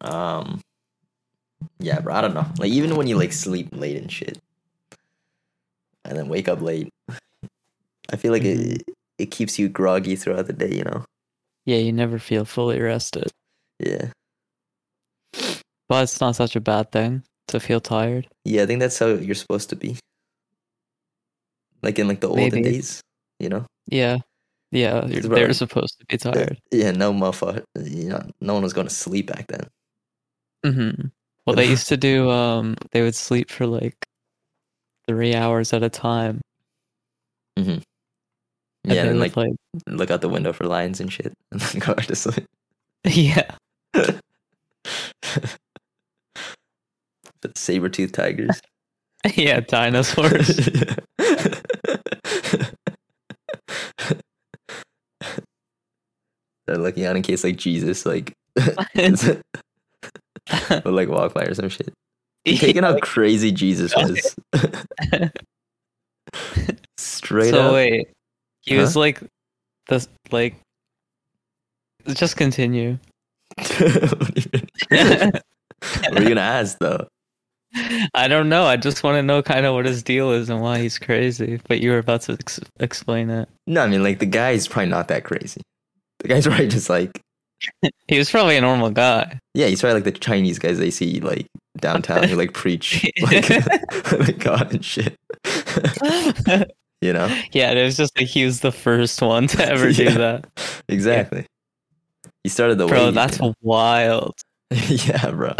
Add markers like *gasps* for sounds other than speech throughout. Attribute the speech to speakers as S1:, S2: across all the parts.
S1: Um, yeah, bro. I don't know. Like even when you like sleep late and shit, and then wake up late, I feel like it it keeps you groggy throughout the day. You know?
S2: Yeah, you never feel fully rested.
S1: Yeah.
S2: But it's not such a bad thing to feel tired.
S1: Yeah, I think that's how you're supposed to be. Like in like the olden
S2: Maybe.
S1: days, you know.
S2: Yeah. Yeah, you're,
S1: It's
S2: they're
S1: right.
S2: supposed to be
S1: Yeah,
S2: tired.
S1: yeah, no motherfucker. You know, no one was going to sleep back then.
S2: hmm Well, they used to do, um, they would sleep for like three hours at a time. And
S1: Yeah,
S2: they
S1: and
S2: would
S1: like
S2: like, *laughs*
S1: look out the window for lions and shit, *laughs* and then go back to sleep.
S2: yeah,
S1: But saber-toothed tigers.
S2: yeah,
S1: *laughs*
S2: dinosaurs.
S1: They're looking out in case like Jesus like
S2: *laughs*
S1: would like walk by or some shit. Taking how crazy Jesus
S2: *laughs*
S1: was. Straight
S2: *laughs* so
S1: up.
S2: wait, he
S1: Huh?
S2: was like, this like,
S1: *laughs*
S2: just continue.
S1: *laughs*
S2: *laughs*
S1: What do you-
S2: I
S1: what are you gonna ask though?
S2: don't know. I just want to know kind of what his deal is and why he's crazy. But you were about to ex- explain it.
S1: No, I mean like the guy's probably not that crazy. The guy's probably just like
S2: He was probably a normal guy. *laughs*
S1: yeah, he's probably like the Chinese guys they see like downtown who like
S2: *laughs*
S1: preach like, *laughs* like God and shit. *laughs*
S2: yeah,
S1: you know
S2: and it was just like he was the first one to
S1: *laughs*
S2: ever
S1: Yeah.
S2: do that.
S1: exactly. He started the
S2: Bro,
S1: wave,
S2: that's
S1: you know?
S2: wild.
S1: *laughs*
S2: *laughs*
S1: yeah, bro.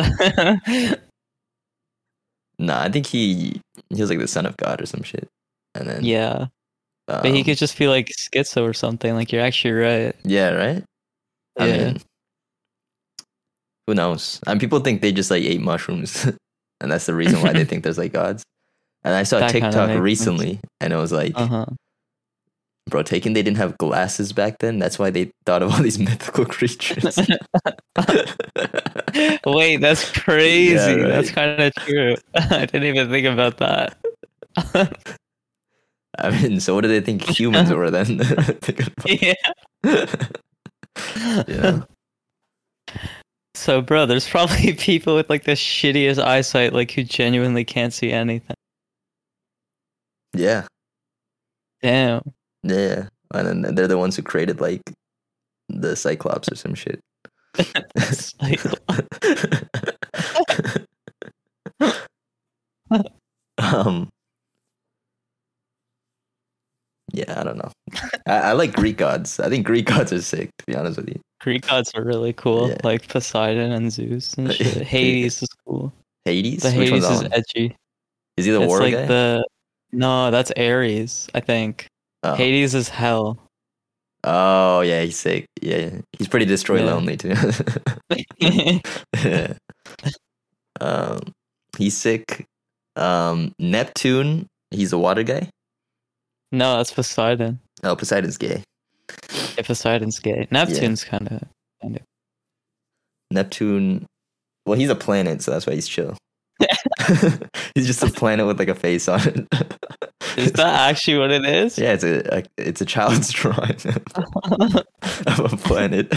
S1: Nah, I think he he was like the son of God or some shit, and then
S2: yeah, but he
S1: um,
S2: could just be like schizo or something. Like you're actually right.
S1: Yeah, right? I
S2: Yeah.
S1: mean, who knows? And people think they just like ate mushrooms, *laughs* and that's the reason
S2: *laughs*
S1: why they think there's like gods. And I saw a
S2: That kinda makes
S1: TikTok
S2: sense.
S1: recently, and it was like,
S2: Uh huh.
S1: bro, taking they didn't have glasses back then. That's why they thought of all these *laughs* mythical creatures.
S2: Wait,
S1: *laughs*
S2: that's crazy.
S1: right.
S2: That's kind of true. *laughs* I didn't even think about that. *laughs*
S1: I mean, so what do they think humans were then? *laughs* Think
S2: yeah.
S1: about- yeah,
S2: So, bro, there's probably *laughs* people with like the shittiest eyesight, like who genuinely can't see anything.
S1: yeah,
S2: Damn.
S1: yeah. And then they're the ones who created like the Cyclops or some shit.
S2: *laughs*
S1: *laughs*
S2: It's like,
S1: um yeah i don't know I, I like greek gods i think greek gods are sick to be honest with you
S2: Greek gods are really cool,
S1: Yeah.
S2: like Poseidon and
S1: *laughs*
S2: Zeus and
S1: Yeah.
S2: shit. Hades is cool.
S1: hades
S2: The
S1: which one's
S2: Hades
S1: that
S2: is
S1: one?
S2: edgy.
S1: is he the
S2: it's
S1: war
S2: like
S1: guy
S2: the no, that's Ares, I think.
S1: oh.
S2: Hades is hell.
S1: *laughs*
S2: *laughs*
S1: Oh, yeah he's sick yeah, yeah. he's pretty destroy
S2: Yeah.
S1: lonely too *laughs* yeah. um he's sick um neptune he's a water guy
S2: no, that's Poseidon.
S1: oh poseidon's gay
S2: If Poseidon's gay, Neptune's kind
S1: *laughs*
S2: of
S1: Neptune. Well, he's a planet, so that's why he's
S2: *laughs*
S1: chill. *laughs* he's just a planet with like a face on it.
S2: Is that actually what it is?
S1: yeah, it's a, a it's a child's *laughs* drawing of a planet.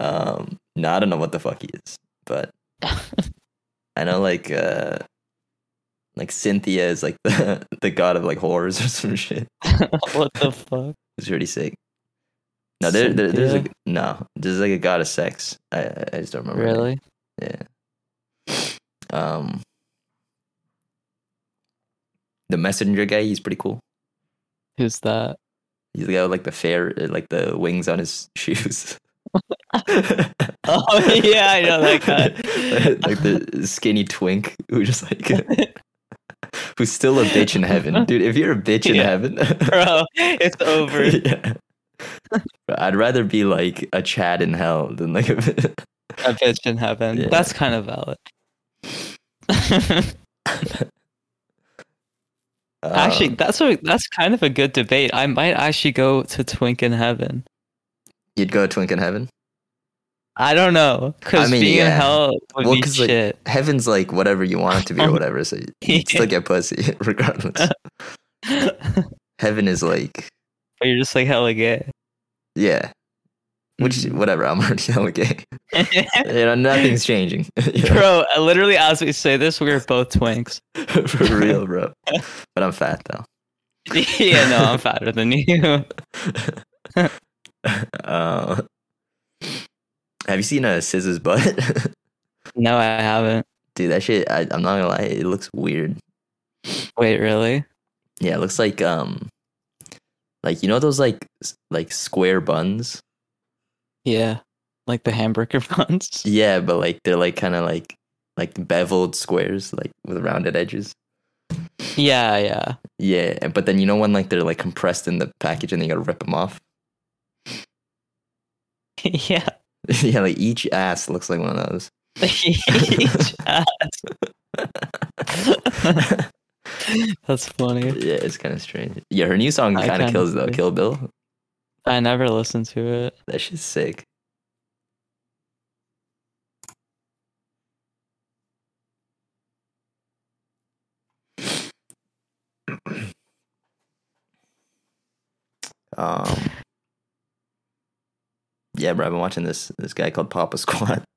S1: um, no, I don't know what the fuck he is,
S2: *laughs*
S1: but I know like uh, like Cynthia is like *laughs* the the god of like horrors or some shit.
S2: *laughs* what the
S1: *laughs*
S2: fuck?
S1: It's pretty sick. No, there, there there's a
S2: Cynthia?
S1: no. There's like a god of sex. I I I just don't remember. her name.
S2: Really?
S1: Yeah. Um, the messenger guy, he's pretty cool.
S2: Who's that?
S1: *laughs*
S2: *laughs*
S1: He's the guy with like the fair, uh, like the wings on his *laughs* shoes. oh
S2: Oh yeah, I know that guy.
S1: *laughs*
S2: *laughs*
S1: like the skinny twink who just like *laughs* who's still a bitch in heaven, dude. If you're a bitch in
S2: Yeah.
S1: heaven,
S2: Bro, it's *laughs* over.
S1: *laughs* yeah. I'd rather be like a Chad in hell than like *laughs* uh, a.
S2: A bitch in heaven.
S1: Yeah.
S2: That's kind of valid. *laughs* actually,
S1: Um,
S2: that's a that's kind of a good debate. I might actually go to Twink in heaven.
S1: you'd go twink in heaven.
S2: I don't know, because
S1: I mean,
S2: being in
S1: yeah.
S2: hell would
S1: Well,
S2: be
S1: 'cause, like,
S2: shit.
S1: heaven's like whatever you want it to be
S2: *laughs*
S1: or whatever. So you still get pussy *laughs* regardless.
S2: but
S1: Heaven is like
S2: *laughs* you're just like hella gay.
S1: yeah, Which
S2: Mm-hmm.
S1: whatever, I'm already *laughs* okay. you know, nothing's changing. *laughs* You know,
S2: bro, uh, literally as we say this, we are both twinks. *laughs*
S1: *laughs* for real, bro. But I'm fat though.
S2: yeah, no, I'm fatter than you. *laughs*
S1: Uh, have you seen a scissor's butt? *laughs*
S2: No, I haven't.
S1: Dude, that shit. I, I'm not gonna lie, it looks weird.
S2: Wait, really?
S1: Yeah, it looks like um, like you know those like s- like square buns.
S2: Yeah, like the hamburger *laughs* buns.
S1: Yeah, but like they're like kind of like like beveled squares, like with rounded edges.
S2: Yeah, yeah. *laughs*
S1: Yeah, and- but then you know when like they're like compressed in the package and then you gotta rip them off. *laughs*
S2: yeah. *laughs*
S1: yeah, like each ass looks like one of those.
S2: Each ass.
S1: *laughs*
S2: That's funny.
S1: Yeah, it's kind of strange. Yeah, her new song
S2: I
S1: kind of
S2: kinda
S1: kills though.
S2: agree.
S1: Kill Bill,
S2: I never listened to it.
S1: that shit's sick. Um, yeah, bro, I've been watching this this guy called Papa Squat. *laughs*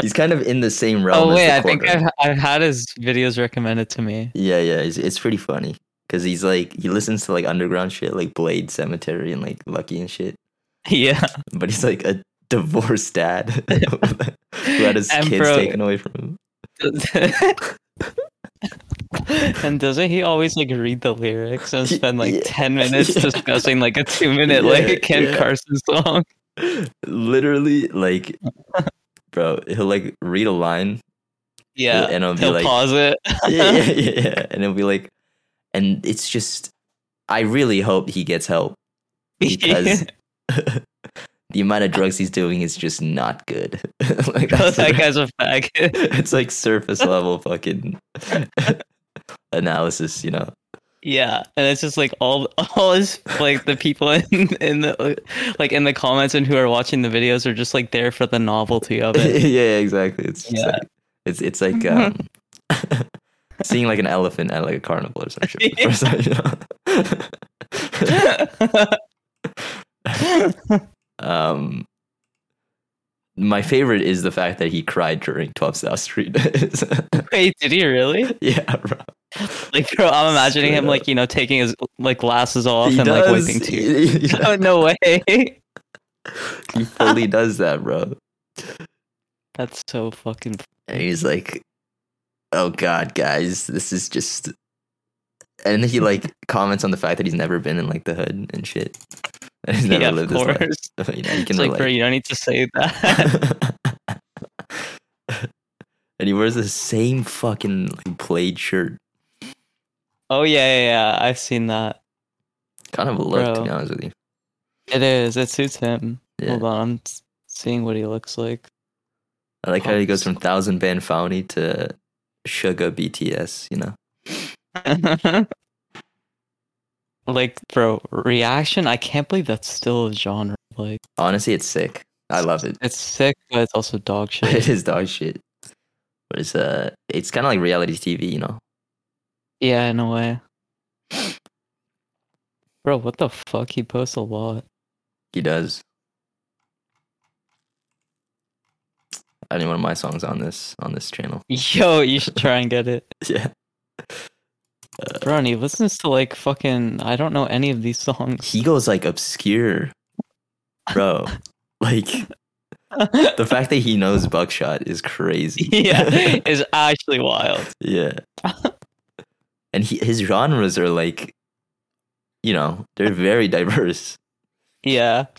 S1: He's kind of in the same realm.
S2: oh
S1: as
S2: wait,
S1: the
S2: I think
S1: Quarter.
S2: I've, I've had his videos recommended to me. *laughs*
S1: Yeah, yeah, it's, it's pretty funny because he's like he listens to like underground shit like Blade Cemetery and like Lucky and shit,
S2: Yeah.
S1: but he's like a *laughs* divorced dad who had his
S2: *laughs* And
S1: kids
S2: bro-
S1: taken away from him.
S2: and doesn't he always like read the lyrics and
S1: Y-
S2: spend like
S1: yeah.
S2: 10 minutes
S1: *laughs* Yeah.
S2: discussing like a two minute
S1: Yeah,
S2: like Ken
S1: yeah.
S2: Carson song?
S1: Literally,
S2: *laughs*
S1: like, bro, he'll like read a line
S2: Yeah.
S1: and it'll be
S2: He'll
S1: like,
S2: pause it.
S1: *laughs* yeah, yeah, yeah,
S2: *laughs*
S1: yeah, and it'll be like, and it's just, I really hope he gets
S2: *laughs*
S1: help because. *laughs* The amount of drugs he's doing is just not good. *laughs* like, that's
S2: *laughs* that
S1: the- *laughs*
S2: guy's a faggot.
S1: it's like surface level fucking *laughs* analysis, you
S2: *laughs*
S1: know.
S2: *laughs* Yeah, and it's just like all all is like the people in in the like in the comments and who are watching the videos are just like there for the novelty
S1: *laughs*
S2: of it. *laughs*
S1: yeah, exactly. It's just
S2: Yeah. Mm-hmm.
S1: like it's it's like um, *laughs* seeing like an elephant at like a carnival or some shit.
S2: *laughs*
S1: *laughs* for the first time, you know? *laughs* um, my favorite is the fact that he cried during 12 South Street.
S2: Wait, did he really?
S1: *laughs* yeah, bro.
S2: Like, bro, I'm imagining
S1: Straight
S2: him
S1: up.
S2: like you know taking his like glasses off
S1: he
S2: and like
S1: does.
S2: wiping
S1: *laughs*
S2: tears.
S1: He- he-
S2: *laughs* Oh no way!
S1: he
S2: *laughs*
S1: fully does that, bro.
S2: That's
S1: *laughs*
S2: so fucking.
S1: And he's like, "Oh God, guys, this is just." And he like comments on the fact that he's never been in like the hood and shit, *laughs* and he's never
S2: yeah, of
S1: lived this life. *laughs*
S2: course.
S1: you know, he can
S2: It's like, bro,
S1: relate.
S2: you don't need to say
S1: *laughs*
S2: that. *laughs*
S1: and he wears the same fucking like, plaid shirt.
S2: oh yeah, yeah, yeah. I've seen that.
S1: Kind of a look, to
S2: Bro.
S1: be honest with you.
S2: It is. It suits him.
S1: Yeah.
S2: Hold on, I'm s- seeing what he looks like. *laughs*
S1: I like how he goes
S2: Pumps.
S1: from Thousand Band Founty to Sugar BTS. You know,
S2: like bro reaction i can't believe that's still a genre like
S1: honestly, it's sick. I love it.
S2: it's sick but it's also dog
S1: *laughs*
S2: shit
S1: it is dog shit, but it's uh, it's kind of like reality TV. You know,
S2: yeah in a way bro what the fuck he posts a lot *laughs*
S1: He does. I need one of my songs on this on this channel.
S2: yo you should try and get it
S1: *laughs* Yeah.
S2: bro and he listens to like fucking i don't know any of these songs
S1: He goes like obscure. *laughs* Bro. like the fact that he knows buckshot is crazy.
S2: *laughs*
S1: *laughs*
S2: yeah it's actually wild
S1: yeah. And he, his genres are like you know, they're very diverse.
S2: yeah *laughs*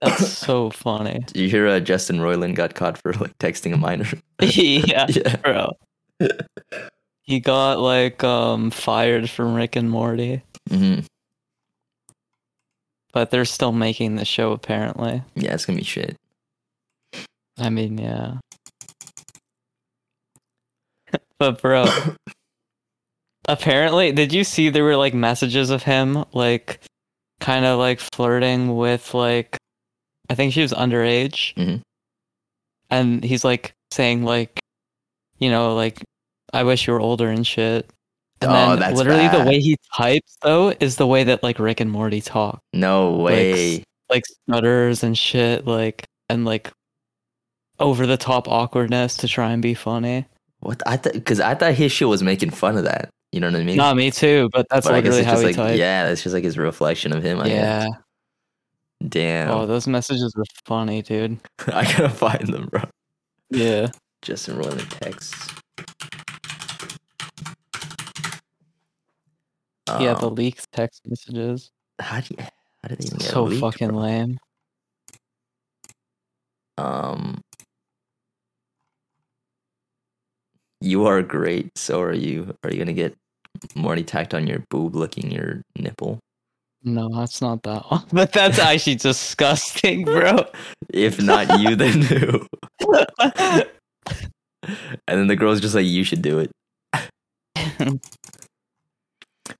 S2: that's so funny *laughs*
S1: Did you hear uh, Justin Roiland got caught for like texting a minor?
S2: yeah
S1: *laughs* yeah.
S2: bro. he got like um fired from Rick and Morty,
S1: hmm
S2: but they're still making the show apparently.
S1: Yeah, it's gonna be shit.
S2: I mean, yeah. *laughs* but bro, apparently, did you see there were like messages of him like kind of like flirting with like I think she was underage.
S1: Mhm.
S2: And he's like saying like you know like I wish you were older and shit. And
S1: Oh,
S2: then
S1: that's
S2: literally the
S1: bad.
S2: way he types though is the way that like Rick and Morty talk.
S1: No way.
S2: Like stutters and shit, like and like over the top awkwardness to try and be funny.
S1: what I thought because I thought his shit was making fun of that. You know what I mean?
S2: Not me too, but that's
S1: But I guess
S2: literally
S1: it's
S2: how
S1: just
S2: he
S1: like
S2: types.
S1: yeah, that's just like his reflection of him. I guess.
S2: yeah.
S1: Damn.
S2: Oh, those messages were funny, dude.
S1: *laughs* I gotta find them, bro.
S2: Yeah.
S1: Justin Roiland texts.
S2: yeah,
S1: Um,
S2: the leaked text messages.
S1: how do you, how did they even get
S2: So
S1: leaked,
S2: fucking
S1: bro?
S2: lame.
S1: Um, you are great. So are you. Are you gonna get Morty tacked on your boob, licking your nipple?
S2: No, that's not that *laughs* one. But that's actually disgusting, bro. *laughs*
S1: If not you, then who? And then the girl's just like, "You should do
S2: *laughs*
S1: it,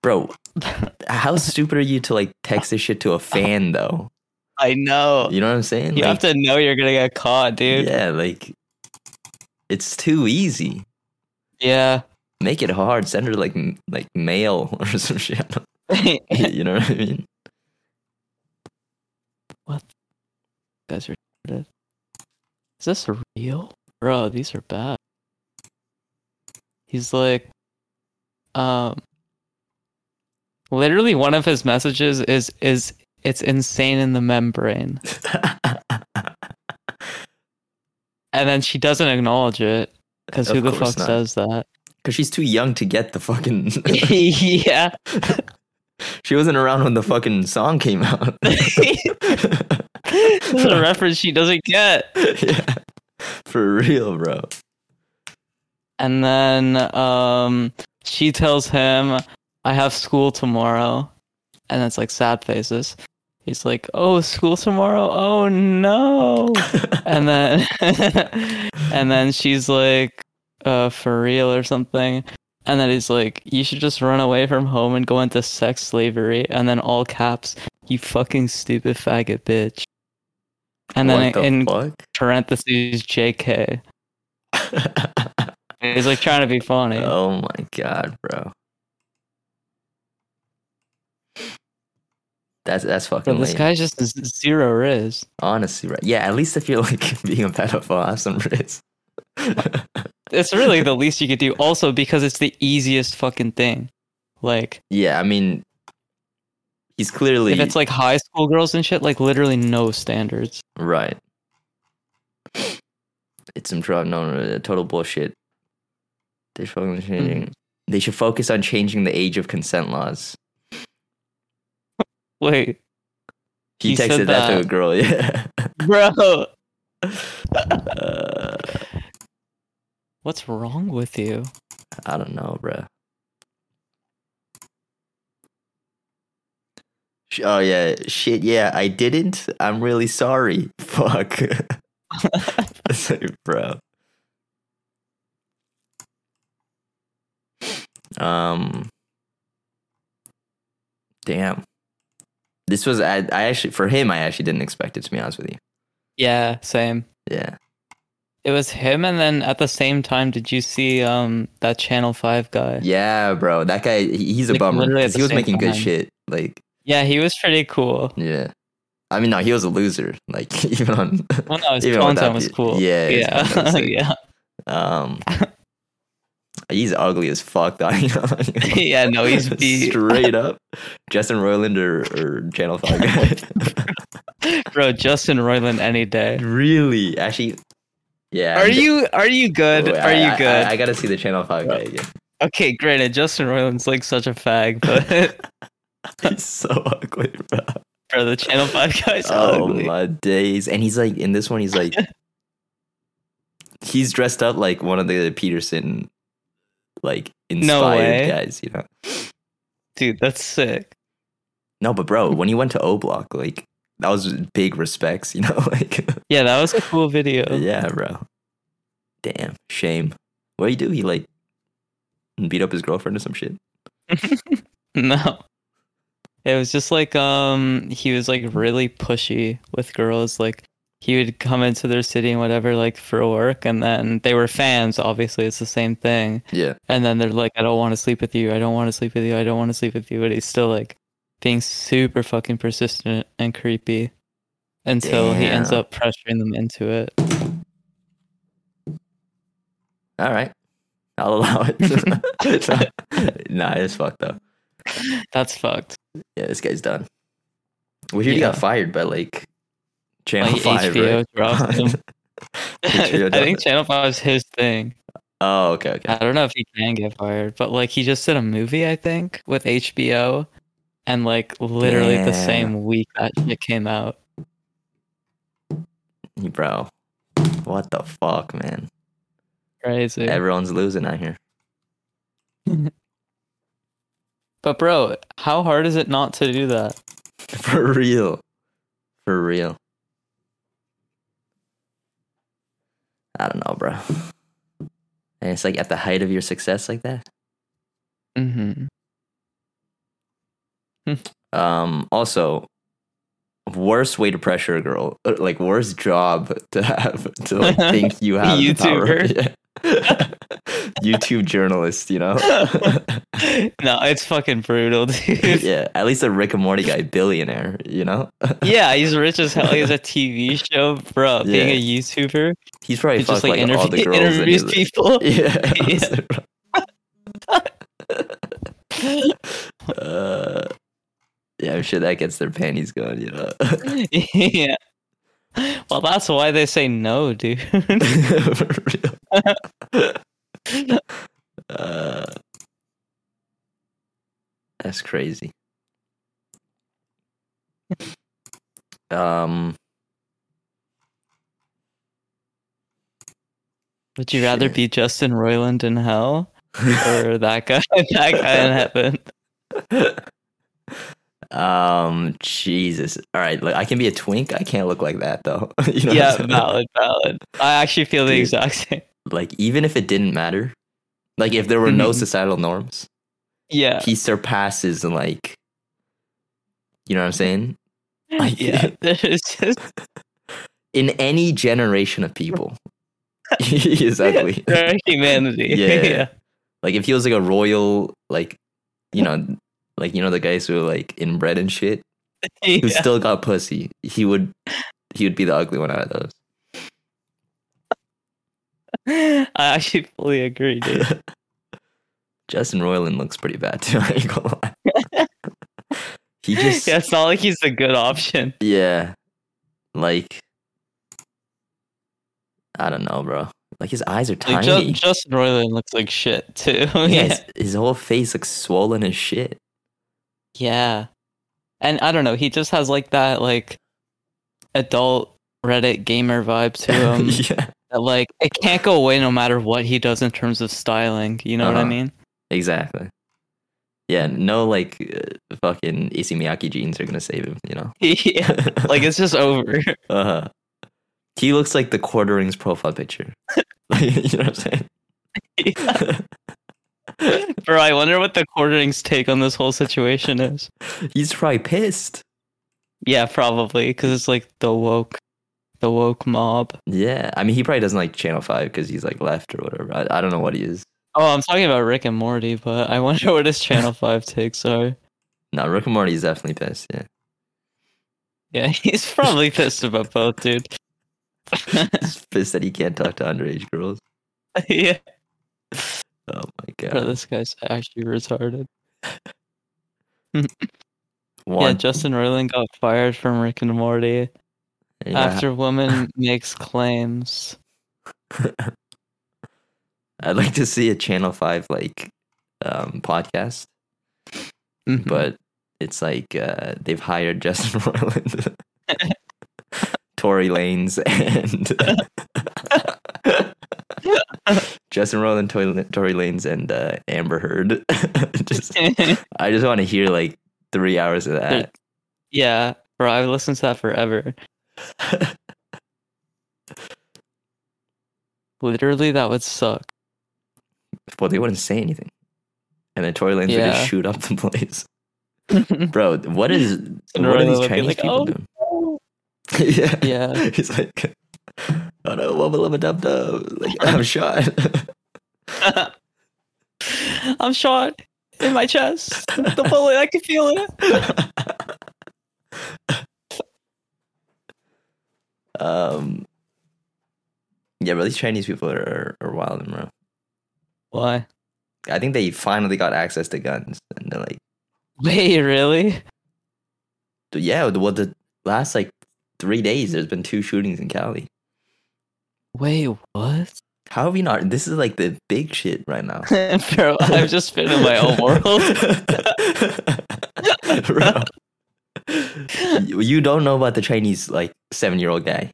S1: bro." How stupid are you to like text this shit to a fan though?
S2: I know.
S1: You know what I'm saying?
S2: You have
S1: Like,
S2: to know you're gonna get caught, dude. Yeah.
S1: Yeah, like it's too easy. Make it hard. Send her like m- like mail *laughs* or some shit. *laughs*
S2: *laughs*
S1: you know what I mean?
S2: guys are retarded. Is this real? Bro, these are bad. He's like um literally one of his messages is is it's insane in the membrane. And then she doesn't acknowledge it. Because who
S1: Of
S2: the
S1: course
S2: fuck
S1: not. *laughs*
S2: says that? *laughs*
S1: Because she's too young to get the fucking.
S2: yeah.
S1: *laughs*
S2: *laughs*
S1: she wasn't around when the fucking song came
S2: *laughs*
S1: out. *laughs*
S2: That's a reference she doesn't get.
S1: yeah. For real, bro.
S2: And then um, she tells him, I have school tomorrow. And it's like sad faces. He's like, Oh, school tomorrow? Oh, no. and then *laughs* and then she's like, uh, For real or something. And then he's like, You should just run away from home and go into sex slavery. And then all caps, You fucking stupid faggot bitch. And then
S1: what the
S2: in
S1: fuck?
S2: parentheses, JK.
S1: *laughs*
S2: He's like trying to be funny.
S1: oh my god, bro. That's that's
S2: Bro,
S1: fucking
S2: this
S1: lame.
S2: guy's just z- zero riz.
S1: Honestly, right? Yeah, at least if you're like *laughs* being a pedophile, have some risk. *laughs*
S2: It's really the least you could do. Also, because it's the easiest fucking thing. Like,
S1: yeah, I mean, he's clearly
S2: if it's like high school girls and shit, like literally no standards.
S1: right. It's some tro- no, no, no, total bullshit. They're
S2: Hmm.
S1: fucking changing. They should focus on changing the age of consent laws.
S2: Wait,
S1: He,
S2: He
S1: texted
S2: said
S1: that. to a
S2: that.
S1: girl. *laughs* Yeah.
S2: *laughs* bro,
S1: Uh,
S2: what's wrong with you?
S1: I don't know, bro. Sh- Oh yeah, shit. Yeah, I didn't. I'm really sorry. *laughs* Fuck. it's like, bro. Um. Damn. This was I. I actually for him. I actually didn't expect it to be honest with you.
S2: Yeah, same.
S1: Yeah.
S2: It was him, and then at the same time, did you see um that Channel Five guy?
S1: Yeah, bro. That guy. he- He's a
S2: Like,
S1: bummer
S2: literally at
S1: 'cause
S2: the
S1: he was
S2: same
S1: making good
S2: time.
S1: shit. Like.
S2: Yeah, he was pretty cool.
S1: Yeah. I mean, no, he was a loser. Like *laughs* even on,
S2: Well, no, his
S1: Even with that
S2: content was
S1: dude.
S2: cool.
S1: Yeah, his content
S2: yeah,
S1: was sick.
S2: *laughs* yeah, *laughs*
S1: um, he's ugly as fuck. Though, *laughs* you know?
S2: yeah.
S1: *laughs*
S2: No, he's beat.
S1: straight up Justin Roiland or, or Channel Five
S2: *laughs*
S1: guy.
S2: bro. Justin Roiland any day.
S1: really, actually, yeah.
S2: Are
S1: I'm ju-
S2: you are you good?
S1: Wait,
S2: Are
S1: I- I-
S2: you good?
S1: I, I gotta see the Channel Five guy
S2: *laughs*
S1: again.
S2: okay, granted, Justin Roiland's like such a fag, *laughs* but
S1: He's so ugly, bro.
S2: bro, the Channel Five guys
S1: oh
S2: ugly.
S1: my days! And he's like in this one, he's
S2: *laughs*
S1: like, he's dressed up like one of the Peterson, like inspired
S2: way.
S1: guys, you know.
S2: Dude, that's sick.
S1: No, but bro, when he went to O Block, like that was big respects, you *laughs* know, like
S2: Yeah, that was a cool
S1: *laughs*
S2: video.
S1: yeah, bro. Damn, shame. What do you do? He like beat up his girlfriend or some shit.
S2: *laughs* No. It was just like um he was like really pushy with girls like he would come into their city and whatever, like for work, and then they were fans. Obviously, it's the same thing.
S1: Yeah.
S2: And then they're like, "I don't want to sleep with you. I don't want to sleep with you. I don't want to sleep with you." But he's still like being super fucking persistent and creepy until he ends
S1: Damn.
S2: up pressuring them into it.
S1: All right. I'll allow it. *laughs*
S2: *laughs*
S1: nah, it's fucked up.
S2: That's fucked.
S1: Yeah, this guy's done. We heard he got
S2: Yeah.
S1: fired by like Channel
S2: Like,
S1: Five,
S2: HBO
S1: right? *laughs*
S2: dropped him.
S1: HBO
S2: *laughs* I
S1: does
S2: think
S1: it.
S2: Channel Five is his thing.
S1: oh, okay, okay.
S2: I don't know if he can get fired, but like he just did a movie, I think, with HBO, and like literally the
S1: Yeah.
S2: same week that shit came out.
S1: Bro, what the fuck, man?
S2: Crazy.
S1: Everyone's losing out here.
S2: But bro, how hard is it not to do that?
S1: *laughs* For real. For real. I don't know, bro. And it's like at the height of your success like that.
S2: Mm-hmm.
S1: Um also worst way to pressure a girl, uh, like worst job *laughs* to have to
S2: *laughs*
S1: like think you have the power.
S2: YouTuber.
S1: Yeah. *laughs* YouTube journalist, you
S2: *laughs*
S1: know.
S2: *laughs*
S1: *laughs*
S2: no, it's fucking brutal, *laughs* dude.
S1: *laughs* yeah, at least a Rick and Morty guy billionaire, you know?
S2: yeah, he's rich as hell. He has a TV show, bro. Being
S1: Yeah.
S2: a YouTuber,
S1: He's probably
S2: he
S1: fucked
S2: just like,
S1: like, all the
S2: *laughs* interview-
S1: girls in
S2: interviews
S1: his
S2: people.
S1: *laughs* Yeah.
S2: Yeah.
S1: uh, yeah, I'm sure that gets their panties going, you know. *laughs*
S2: yeah. Well, that's why they say no, dude. *laughs*
S1: For real. uh, that's crazy. Um,
S2: Would you rather
S1: Shit.
S2: be Justin Roiland in hell
S1: *laughs*
S2: or that guy, that guy in heaven?
S1: um, Jesus. All right, look, I can be a twink. I can't look like that though. *laughs* you know what
S2: Yeah,
S1: I'm saying?
S2: valid, valid. I actually feel the
S1: Dude.
S2: exact same.
S1: Like even if it didn't matter, like if there were no
S2: Mhm.
S1: societal norms,
S2: Yeah,
S1: he surpasses and like you know what i'm saying I-
S2: yeah. *laughs* There's just
S1: in any generation of
S2: *laughs*
S1: people *laughs* he is ugly
S2: their humanity.
S1: *laughs* Yeah. like if he was like a royal like you know like you know the guys who are like inbred and shit
S2: *laughs* yeah.
S1: who
S2: yeah.
S1: still got pussy he would he would be the ugly one out of those
S2: I actually fully agree, dude. *laughs*
S1: justin roiland looks pretty bad too I ain't gonna lie.
S2: *laughs*
S1: he just
S2: Yeah, it's not like he's a good option.
S1: Yeah. Like I don't know, bro. Like his eyes are
S2: Like,
S1: tiny.
S2: Ju- Justin Roiland looks like shit too. *laughs*
S1: yeah,
S2: yeah.
S1: his, his whole face looks swollen as shit. *laughs*
S2: Yeah. And I don't know, he just has like that like adult Reddit gamer vibe
S1: *laughs*
S2: to him.
S1: yeah.
S2: that, like it can't go away no matter what he does in terms of styling, you know what I
S1: Uh-huh.
S2: mean? *laughs*
S1: Exactly. Yeah, no like uh, fucking Issey Miyake jeans are going to save him, you know.
S2: yeah.
S1: *laughs*
S2: Like it's just over. *laughs*
S1: uh-huh. He looks like the quarterings profile picture. *laughs* like, you know what I'm saying? *laughs*
S2: Bro, I wonder what the quartering's take on this whole situation is.
S1: He's probably pissed.
S2: Yeah, probably because it's like the woke, the woke mob.
S1: Yeah. I mean, he probably doesn't like Channel 5 cuz he's like left or whatever. I, I don't know what he is.
S2: Oh, I'm talking about Rick and Morty, but I wonder what his Channel Five takes are.
S1: No, Rick and Morty is definitely pissed. Yeah,
S2: Yeah, *laughs* he's probably pissed about both, dude.
S1: *laughs*
S2: *laughs*
S1: he's pissed that he can't talk to underage girls.
S2: yeah,
S1: Oh my
S2: bro,
S1: god!
S2: this guy's actually retarded. Yeah,
S1: One
S2: Justin Roiland got fired from Rick and Morty
S1: yeah. *laughs*
S2: after woman makes claims.
S1: I'd like to see a Channel Five like um, podcast,
S2: Mhm.
S1: but it's like uh, they've hired Justin *laughs* Roiland, Tory Lanes, and *laughs* Justin Roiland, Tory, Tory Lanes, and uh, Amber Heard. *laughs* just, I just want to hear like three hours of that.
S2: *laughs* yeah, bro, I've listened to that forever. Literally, that would suck.
S1: *laughs* Well, they wouldn't say anything. And then Tory Lanez would
S2: Yeah.
S1: just shoot up the *laughs* place. Bro, what is what are
S2: Roiland would
S1: these
S2: be
S1: Chinese
S2: like, *laughs*
S1: people
S2: "Oh."
S1: doing? *laughs* yeah.
S2: Yeah.
S1: *laughs* He's like, oh no, wubba lubba dub dub. Like, I'm shot. *laughs*
S2: I'm shot in my chest.
S1: *laughs*
S2: The bullet, I can feel it.
S1: um, yeah, but these Chinese people are, are wild, bro.
S2: Why?
S1: I think they finally got access to guns, and they're like,
S2: Wait, really?
S1: dude, yeah, well, the last like three days, there's been two shootings in Cali.
S2: Wait, what?
S1: How have you not? This is like the big shit right now.
S2: *laughs* Bro, I've just been in
S1: *laughs*
S2: my own *laughs* world.
S1: Bro. You you don't know about the Chinese like seven year old guy.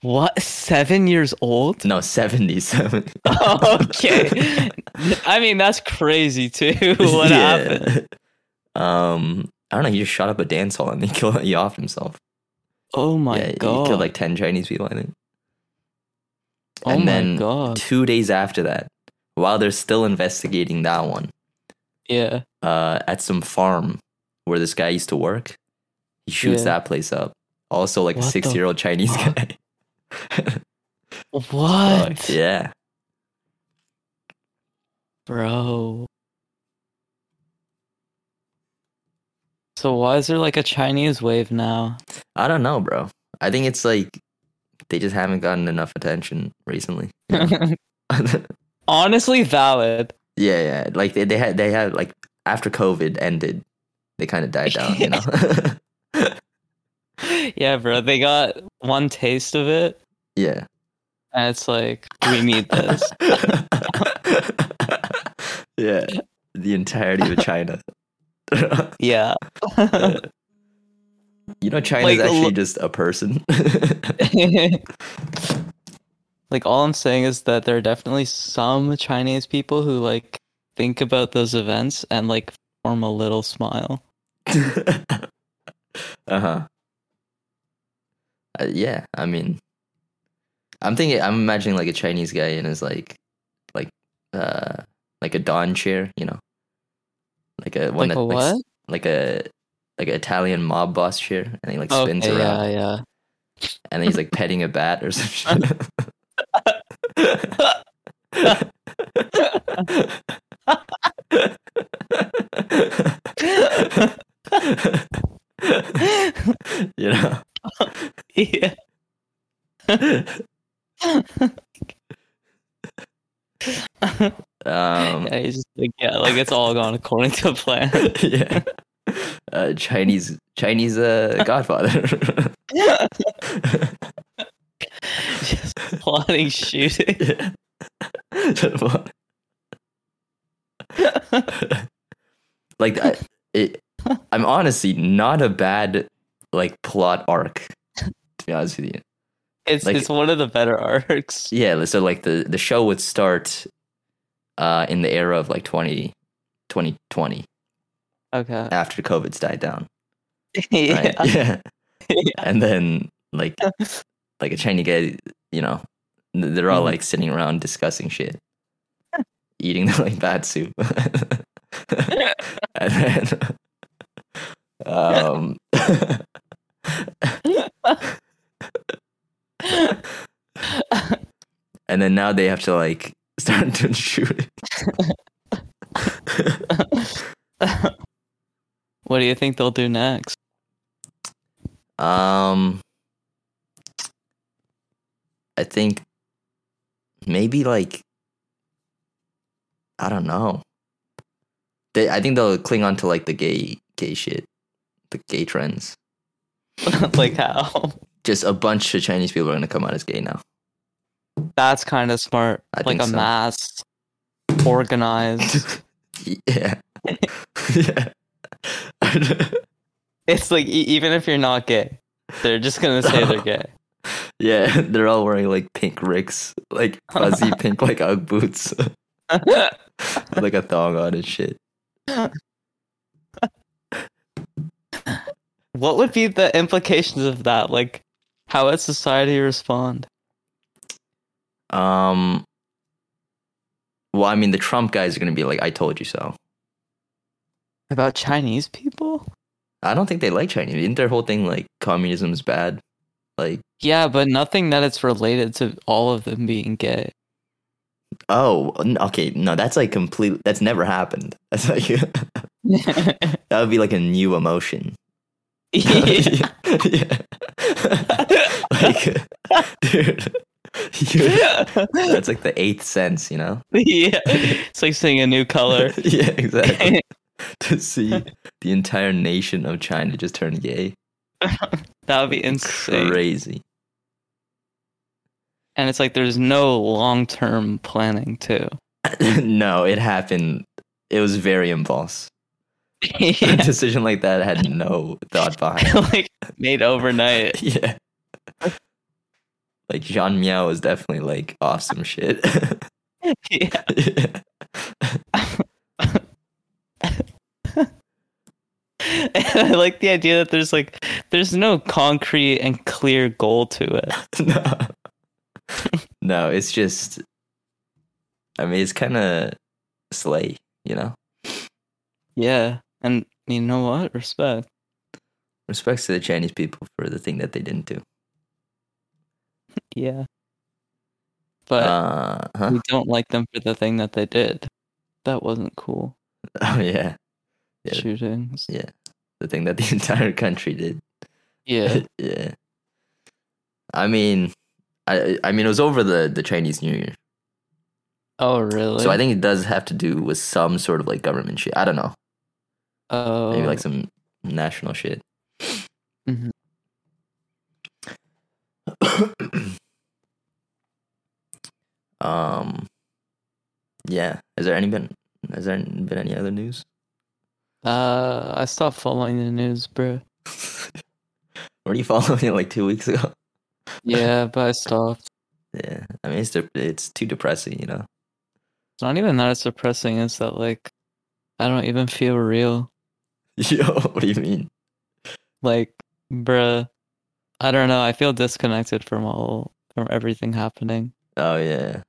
S2: What? Seven years old?
S1: No, seventy seven.
S2: *laughs* okay. I mean, that's crazy too. *laughs* *laughs* What
S1: Yeah.
S2: happened?
S1: Um, I don't know. He just shot up a dance hall and he *laughs* killed. He offed himself.
S2: Oh my
S1: yeah, he
S2: god.
S1: killed like ten Chinese people. I think.
S2: oh
S1: and
S2: my
S1: then
S2: god.
S1: Two days after that, while they're still investigating that one,
S2: Yeah.
S1: uh, at some farm where this guy used to work, he shoots
S2: Yeah.
S1: that place up. Also, like a
S2: What the
S1: six year old Chinese
S2: fuck?
S1: guy. *laughs*
S2: What?
S1: Fuck, yeah.
S2: Bro. So why is there like a Chinese wave now? *laughs*
S1: I don't know, bro. I think it's like they just haven't gotten enough attention recently. *laughs* yeah,
S2: Honestly, valid.
S1: yeah. Like they, they had they had like after COVID ended, they kind of died down. You know. *laughs*
S2: Yeah, bro. They got one taste of it,
S1: yeah.
S2: and it's like we need *laughs* this.
S1: *laughs* yeah. The entirety of China. *laughs*
S2: yeah. *laughs*
S1: you know, China's
S2: Like,
S1: actually
S2: look-
S1: just a person. *laughs*
S2: *laughs* like all I'm saying is that there are definitely some Chinese people who like think about those events and like form a little smile.
S1: *laughs* uh-huh. Uh, yeah, I mean, I'm thinking, I'm imagining like a Chinese guy in his like, like, uh, like a don chair, you know, like a one
S2: like
S1: that
S2: a
S1: like, s-
S2: what?
S1: like a like an Italian mob boss chair, and he like spins
S2: okay,
S1: around,
S2: yeah, yeah.
S1: and then he's like petting a bat or some shit. *laughs* you know. *laughs*
S2: yeah. *laughs* *laughs*
S1: Um,
S2: yeah, he's just like, yeah, like it's all gone according to plan. *laughs*
S1: yeah. Uh, Chinese Chinese uh, Godfather. *laughs*
S2: just plotting shooting. *laughs*
S1: Yeah. *laughs* *laughs* like I, it, I'm honestly not a bad like plot arc to be honest with you.
S2: It's
S1: Like-
S2: it's one of the better arcs.
S1: Yeah, so like the the show would start uh in the era of like 20 2020 *laughs*
S2: Okay.
S1: after COVID's died down.
S2: *laughs* yeah. *laughs*
S1: Right? Yeah.
S2: Yeah.
S1: *laughs* And then like like a Chinese guy, you know, th- they're all
S2: Mhm.
S1: like sitting around discussing shit, eating like bad soup, *laughs* and then um, *laughs* and then now they have to like start to shoot.
S2: What do you think they'll do next? *laughs*
S1: Um, I think maybe like I don't know. They, I think they'll cling on to like the gay gay shit, the gay trends.
S2: like how?
S1: Just a bunch of Chinese people are gonna come out as gay now. *laughs*
S2: That's kind of smart.
S1: I
S2: like
S1: think
S2: a
S1: so.
S2: mass, organized.
S1: yeah, *laughs* yeah. *laughs*
S2: *laughs* it's like e- even if you're not gay, they're just gonna say they're gay. *laughs*
S1: yeah, they're all wearing like pink ricks, like fuzzy pink like Ugg boots, *laughs* with, like a thong on and shit.
S2: what would be the implications of that? Like, how would society respond?
S1: Um. Well, I mean, the Trump guys are going to be like, "I told you so."
S2: About Chinese people?
S1: I don't think they like Chinese. Isn't their whole thing like communism's bad? Like,
S2: Yeah, but nothing that it's related to all of them being gay. *laughs*
S1: oh, n- okay, no, that's like complete. That's never happened. *laughs* That's like that would be like a new emotion. *laughs* yeah. *laughs* like, dude, *laughs* you-
S2: yeah.
S1: that's like the eighth sense, you know?
S2: It's like seeing a new color.
S1: *laughs*
S2: *laughs*
S1: yeah, exactly. *laughs* to see the entire nation of China just turn gay,
S2: That would be insane.
S1: crazy.
S2: And it's like there's no long term planning too. *laughs*
S1: *laughs* no, it happened. It was very impulse. *laughs* A
S2: Yeah,
S1: decision like that had no thought behind. it.
S2: like made *laughs* overnight.
S1: yeah. Like Jean Miao was definitely like off some shit. *laughs*
S2: Yeah. *laughs* I like the idea that there's like there's no concrete and clear goal to it.
S1: no. no, it's just I mean it's kinda slay, you know?
S2: Yeah. And you know what? Respect.
S1: Respects to the Chinese people for the thing that they didn't do.
S2: Yeah. But
S1: Uh huh. *laughs*
S2: we don't like them for the thing that they did. That wasn't cool.
S1: Oh yeah. Yeah.
S2: *laughs* Shootings.
S1: The thing that the *laughs* entire country did.
S2: Yeah.
S1: *laughs* yeah. I mean I I mean it was over the, the Chinese New Year.
S2: Oh really?
S1: So I think it does have to do with some sort of like government shit. I don't know.
S2: oh,
S1: Maybe like some national shit.
S2: Mhm.
S1: *coughs* um Yeah. Has there any been has there been any other news? *laughs*
S2: uh I stopped following the news, *laughs* bro.
S1: Were you following *laughs* it like two weeks ago?
S2: Yeah, but I stopped.
S1: Yeah. I mean it's de- it's too depressing, you know. *laughs*
S2: It's not even that it's depressing, it's that like I don't even feel real.
S1: Yo, what do you mean?
S2: Like, bruh. I don't know, I feel disconnected from all from everything happening. eh,
S1: Oh yeah.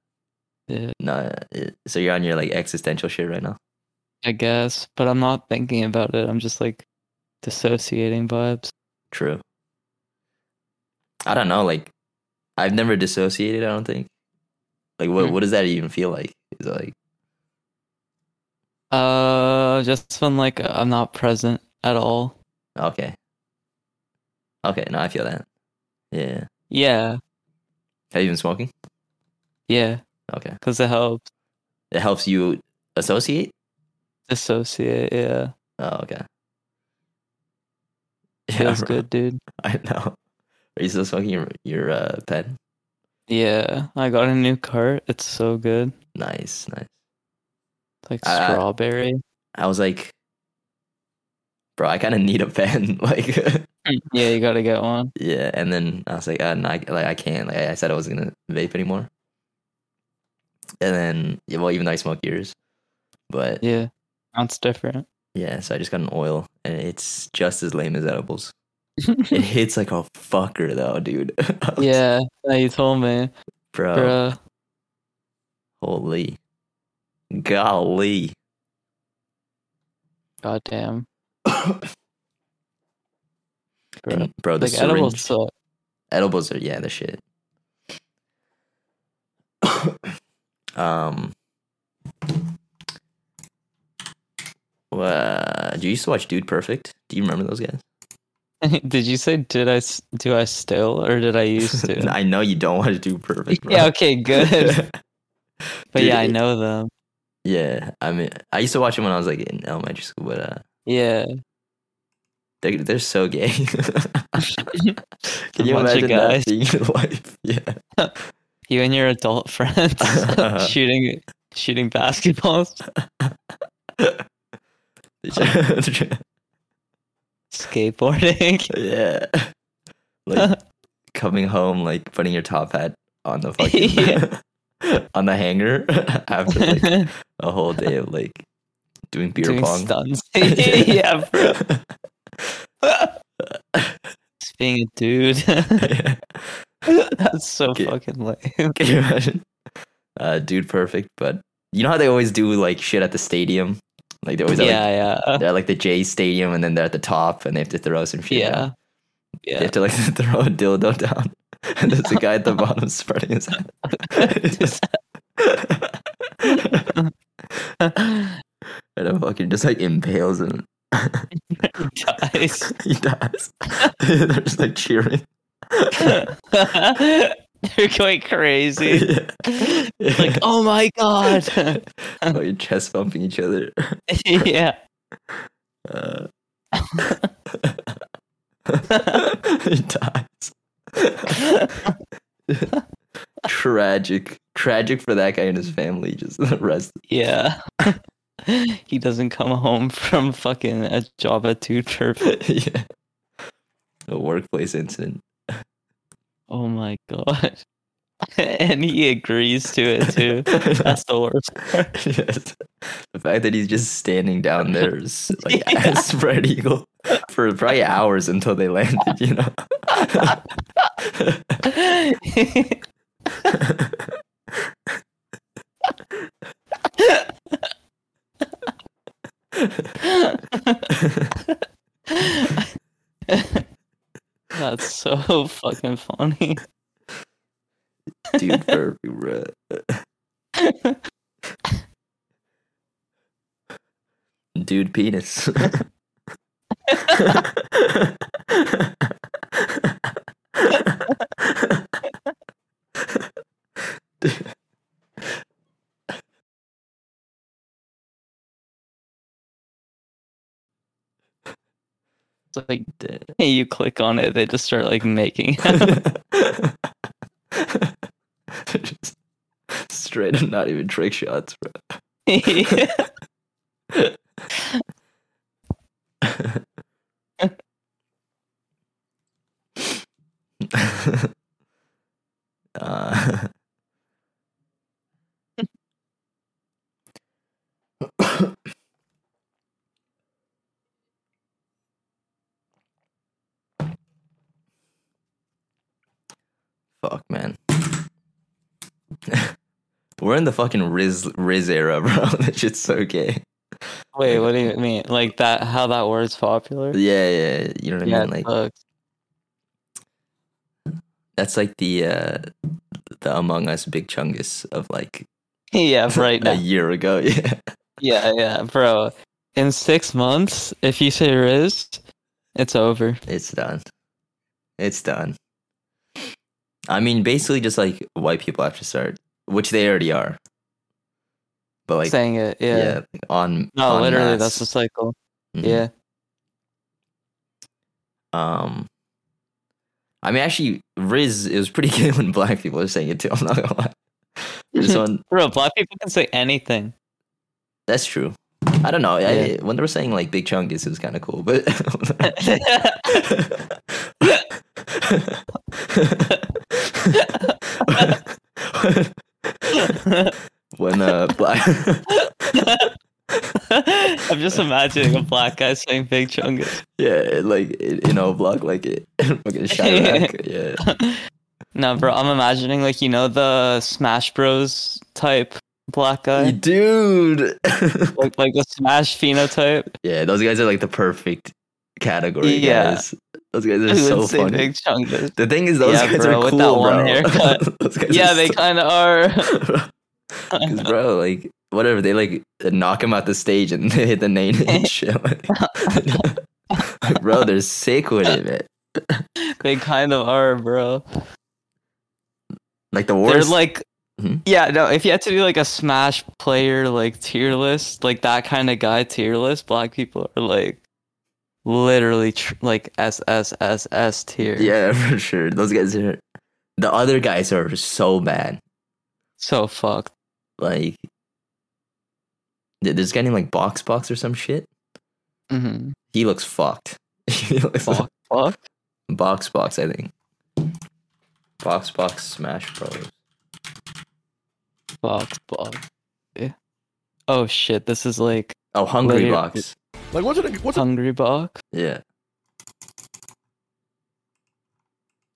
S2: Yeah,
S1: No. It, so you're on your like existential shit right now.
S2: I guess. But I'm not thinking about it. I'm just like dissociating vibes.
S1: True. I don't know. Like, I've never dissociated. I don't think. Like, what
S2: Hmm.
S1: what does that even feel like? Is it like
S2: Uh just when like I'm not present at all.
S1: okay, okay? No, I feel that. Yeah.
S2: Yeah,
S1: Have you been smoking?
S2: yeah,
S1: Okay,
S2: because it helps
S1: it helps you associate.
S2: dissociate. Yeah,
S1: Oh, okay. *laughs* Yeah, *laughs*
S2: feels
S1: bro,
S2: good, dude.
S1: I know. Are you still smoking your your uh, pen?
S2: Yeah, I got a new cart. It's so good.
S1: Nice, nice.
S2: It's like
S1: I- I-
S2: strawberry.
S1: I was like, bro, I kind of need a pen. *laughs* Like,
S2: yeah, you gotta get one.
S1: Yeah, and then I was like, uh, no, I, like I can't. Like I said, I wasn't gonna vape anymore. And then, yeah, well, even though I smoke yours, but yeah.
S2: Yeah, that's
S1: *laughs*
S2: different.
S1: so I just got an oil, and it's just as lame as
S2: *laughs*
S1: edibles. it hits like a fucker though, dude. *laughs* I was-
S2: yeah, yeah, you told me,
S1: bro,
S2: bruh.
S1: holy,
S2: *coughs*
S1: golly.
S2: Goddamn, bruh.
S1: And, bro, the
S2: like
S1: syringe,
S2: edibles
S1: edibles.
S2: suck.
S1: are yeah, the shit. *coughs* um, uh, do you used to watch Dude Perfect? Do you remember those guys?
S2: *laughs* did you say did I s- do I still or did
S1: *laughs*
S2: I used to?
S1: I know you don't watch Dude *laughs* Perfect. Bro.
S2: yeah,
S1: *laughs*
S2: okay, *laughs* good. But
S1: Dude,
S2: yeah, I
S1: it-
S2: know them.
S1: yeah. I mean, I used to watch them when I was like in elementary school, but uh,
S2: Yeah,
S1: they're they're so
S2: *laughs*
S1: gay. *laughs* Can
S2: A
S1: you
S2: bunch of
S1: imagine
S2: guys.
S1: that being your *laughs* life?
S2: *laughs*
S1: Yeah.
S2: you and your adult *laughs* friends
S1: *laughs*
S2: shooting shooting basketballs,
S1: *laughs*
S2: skateboarding.
S1: Yeah. *laughs*
S2: *laughs*
S1: Like coming home, like putting your top hat on the fucking
S2: *laughs* Yeah.
S1: *laughs* on the hanger after
S2: *laughs*
S1: like a whole day of like doing beer
S2: doing
S1: pong. *laughs*
S2: stunts. *laughs* yeah, bro. Just being a dude. *laughs*
S1: Yeah.
S2: That's so
S1: Okay.
S2: fucking lame.
S1: Can you imagine? Uh, dude perfect, but you know how they always do like shit at the stadium? Like they always at, like, *laughs*
S2: yeah, yeah,
S1: they're at like the J stadium and then they're at the top and they have to throw some shit.
S2: yeah,
S1: down. You
S2: Yeah.
S1: have to like *laughs* throw a dildo down, *laughs* and there's a guy at the bottom spreading his hand. *laughs* Just- *laughs* and a fucking just like impales him. *laughs*
S2: *laughs* Dies.
S1: he dies. *laughs* They're just like cheering. *laughs*
S2: They're
S1: *laughs*
S2: going crazy.
S1: Yeah.
S2: *laughs* Like, oh my god.
S1: *laughs*
S2: *laughs*
S1: Fucking chest bumping each other.
S2: yeah.
S1: Uh, *laughs* he dies. *laughs* tragic, tragic for that guy and his family. Just *laughs* the rest.
S2: Yeah. *laughs* he doesn't come home from fucking a Java 2 trip.
S1: *laughs* yeah, a workplace incident. *laughs*
S2: Oh my god. *laughs* and he agrees to it too. That's the worst. *laughs*
S1: yes. The fact that he's just standing down there, s- like
S2: Yeah.
S1: as spread eagle, for probably hours until they landed. You know. *laughs*
S2: That's so fucking funny.
S1: dude for bruh. dude penis
S2: It's like you click on it, they just start like making *laughs* out.
S1: *laughs* Just straight up not even trick shots bro uh, *laughs* fuck, man. *laughs* We're in the fucking Riz Riz era, bro. *laughs* that shit's so gay.
S2: Wait, what do you mean? Like that? How that word's popular?
S1: Yeah, yeah. You know what I
S2: Yeah,
S1: mean? Like
S2: look.
S1: that's like the uh the Among Us Big Chungus of like
S2: yeah,
S1: *laughs*
S2: right
S1: a
S2: now.
S1: year ago. *laughs* Yeah.
S2: Yeah, yeah, bro. In six months, if you say Riz, it's over.
S1: It's done. It's done. I mean, basically, just like white people have to start, which they already are. But like,
S2: saying it,
S1: yeah,
S2: yeah.
S1: like, on
S2: No,
S1: en
S2: literally,
S1: masse.
S2: that's the cycle.
S1: Mhm.
S2: Yeah.
S1: Um, I mean, actually, Riz it was pretty *laughs* good when black people are saying it too. *laughs* I'm not gonna lie.
S2: *laughs*
S1: Just when-
S2: Bro, black people can say
S1: *laughs*
S2: anything. *laughs*
S1: that's true. I don't know. I,
S2: Yeah.
S1: when they were saying like big chungus, it was kind of cool, but *laughs* *laughs*
S2: *laughs*
S1: when uh black
S2: I'm just imagining a black guy saying Big Chungus.
S1: yeah it, like it, you know block like it *laughs* fucking Chirac, yeah
S2: No, bro, I'm imagining, like, you know, the Smash Bros type black guy?
S1: dude *laughs*
S2: Like, like the Smash phenotype?
S1: yeah those guys are like the perfect category
S2: Yeah.
S1: guys those guys are
S2: *laughs* Who
S1: so
S2: would say
S1: funny
S2: Big Chungus?
S1: the thing is those
S2: Yeah,
S1: guys
S2: bro,
S1: are
S2: with
S1: cool
S2: that one
S1: bro
S2: haircut.
S1: *laughs* those guys
S2: Yeah,
S1: are
S2: they
S1: so-
S2: kind of are. *laughs*
S1: *laughs* 'Cause, bro,
S3: *laughs*
S1: like whatever, they like knock him out the stage and *laughs* they hit the nine
S3: Eh.
S1: inch. shit,
S3: *laughs*
S1: like- *laughs* bro, they're sick with it, man.
S2: They kind of are, bro.
S1: Like the
S2: They're
S1: worst.
S2: like,
S1: Mhm.
S2: yeah, no. If you had to do like a Smash player like tier list, like that kind of guy tier list, black people are like literally tr- like S S S S tier.
S1: *laughs* yeah, for sure. Those guys are. The other guys are so bad.
S2: so fucked.
S1: Like, th- there's a guy named like Box Box or some shit.
S2: hmm
S1: He looks fucked. *laughs* he looks
S2: Fuck, fuck.
S1: *laughs* Box Box, I think. Box Box Smash Bros.
S2: Fuck, fuck. Yeah. Oh shit! This is like
S1: Oh, Hungry
S2: Later.
S1: Box.
S3: Like, what's it? What's it?
S2: hungry box.
S1: Yeah.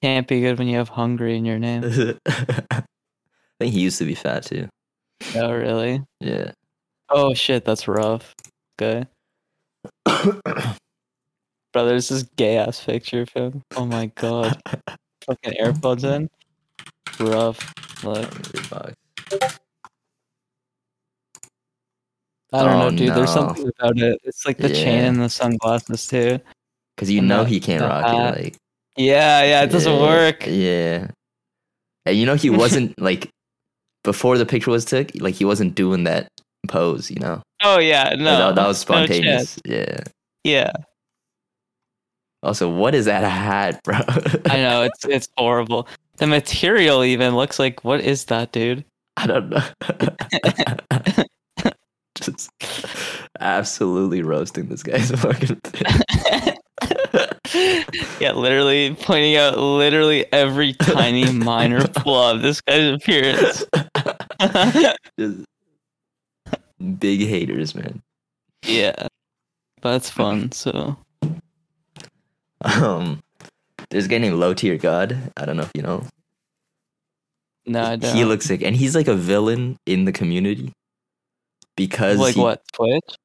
S2: Can't be good when you have hungry in your name.
S1: *laughs* I think he used to be fat too.
S2: oh really?
S1: Yeah. *coughs*
S2: Oh shit! That's rough. Okay. Bro, there's this gay ass picture of him. Oh my
S1: *laughs*
S2: god. Fucking AirPods in. Rough. Look.
S1: Reebok.
S2: I don't
S1: Oh,
S2: know, dude. There's
S1: no.
S2: something about it. It's like the chain
S1: Yeah.
S2: and the sunglasses too.
S1: Because you
S2: And
S1: know
S2: the-
S1: he can't
S2: the
S1: rock
S2: hat.
S1: it. Like
S2: Yeah, yeah, it doesn't
S1: yeah,
S2: work.
S1: Yeah. And you know
S2: *laughs*
S1: he wasn't like before the picture was took. Like he wasn't doing that pose. You know.
S2: Oh yeah, no.
S1: that, that was
S2: no chance.
S1: spontaneous. yeah.
S2: yeah.
S1: Also, what is that hat, bro? *laughs*
S2: I
S1: I,
S2: know, it's it's horrible. The material even looks like what is that, dude? *laughs*
S1: don't know. Just absolutely roasting this guy's *laughs*
S2: *laughs*
S1: fucking. thing.
S2: yeah, literally pointing out literally every
S1: *laughs*
S2: tiny minor flaw of this guy's appearance.
S1: Just big haters, man.
S2: yeah. But *laughs* it's fun, so
S1: Um, there's a guy named Low Tier God. I don't know if you know.
S2: no, I don't.
S1: He looks like, and he's like a villain in the community because
S2: like
S1: he-
S2: what Twitch?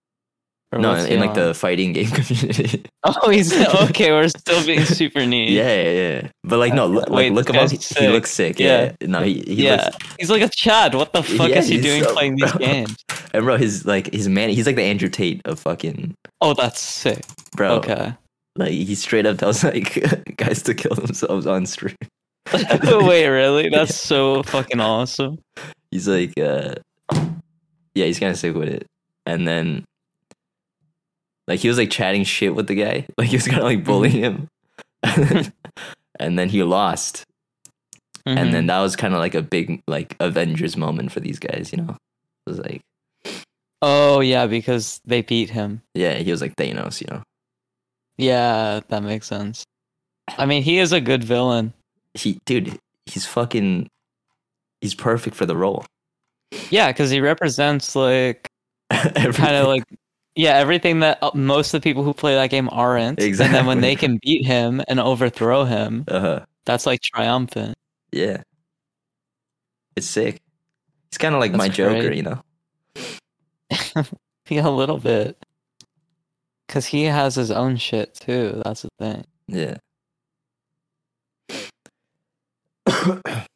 S2: Or
S1: No,
S2: what's
S1: in,
S2: he
S1: like
S2: on?
S1: the fighting game *laughs* community.
S2: *laughs* oh,
S1: *laughs*
S2: he's okay. We're still being super neat.
S1: Yeah, yeah, yeah. But like, no, look,
S2: Wait,
S1: like, look
S2: this
S1: him up.
S2: guy's
S1: He
S2: sick.
S1: looks sick.
S2: Yeah.
S1: Yeah. No, he, he
S2: yeah.
S1: looks.
S2: he's like a Chad. What the fuck
S1: Yeah,
S2: is he
S1: he's
S2: doing
S1: so-
S2: playing these
S1: bro.
S2: games?
S1: And bro, his like his man. He's like the Andrew Tate of fucking
S2: Oh, that's sick.
S1: bro. *laughs*
S2: Okay. *laughs*
S1: Like he straight up tells *laughs* like guys to kill themselves on stream.
S2: Wait, really? That's so fucking awesome.
S1: He's like, uh yeah, he's kind of sick with it. And then, like, he was like chatting shit with the guy. *laughs* Like he was kind of like bullying him. *laughs* And
S2: Mm-hmm.
S1: then, and then he lost.
S2: Mhm.
S1: and then that was kind of like a big like Avengers moment for these guys. You know, it was like.
S2: oh yeah, because they beat him.
S1: Yeah, he was like Thanos, you know.
S2: Yeah, that makes sense. I mean, he is a good villain.
S1: He, dude, he's fucking, he's perfect for the role. *laughs*
S2: Yeah, because he represents like kind of like yeah everything that uh, most of the people who play that game aren't. And then when
S1: Exactly.
S2: they can beat him and overthrow him,
S1: uh huh,
S2: that's like triumphant. *laughs*
S1: yeah. It's sick. He's kind of like
S2: That's
S1: my Joker,
S2: great.
S1: you know.
S2: Yeah, a little bit. Cause he has his own shit too. That's the thing.
S1: Yeah. *coughs*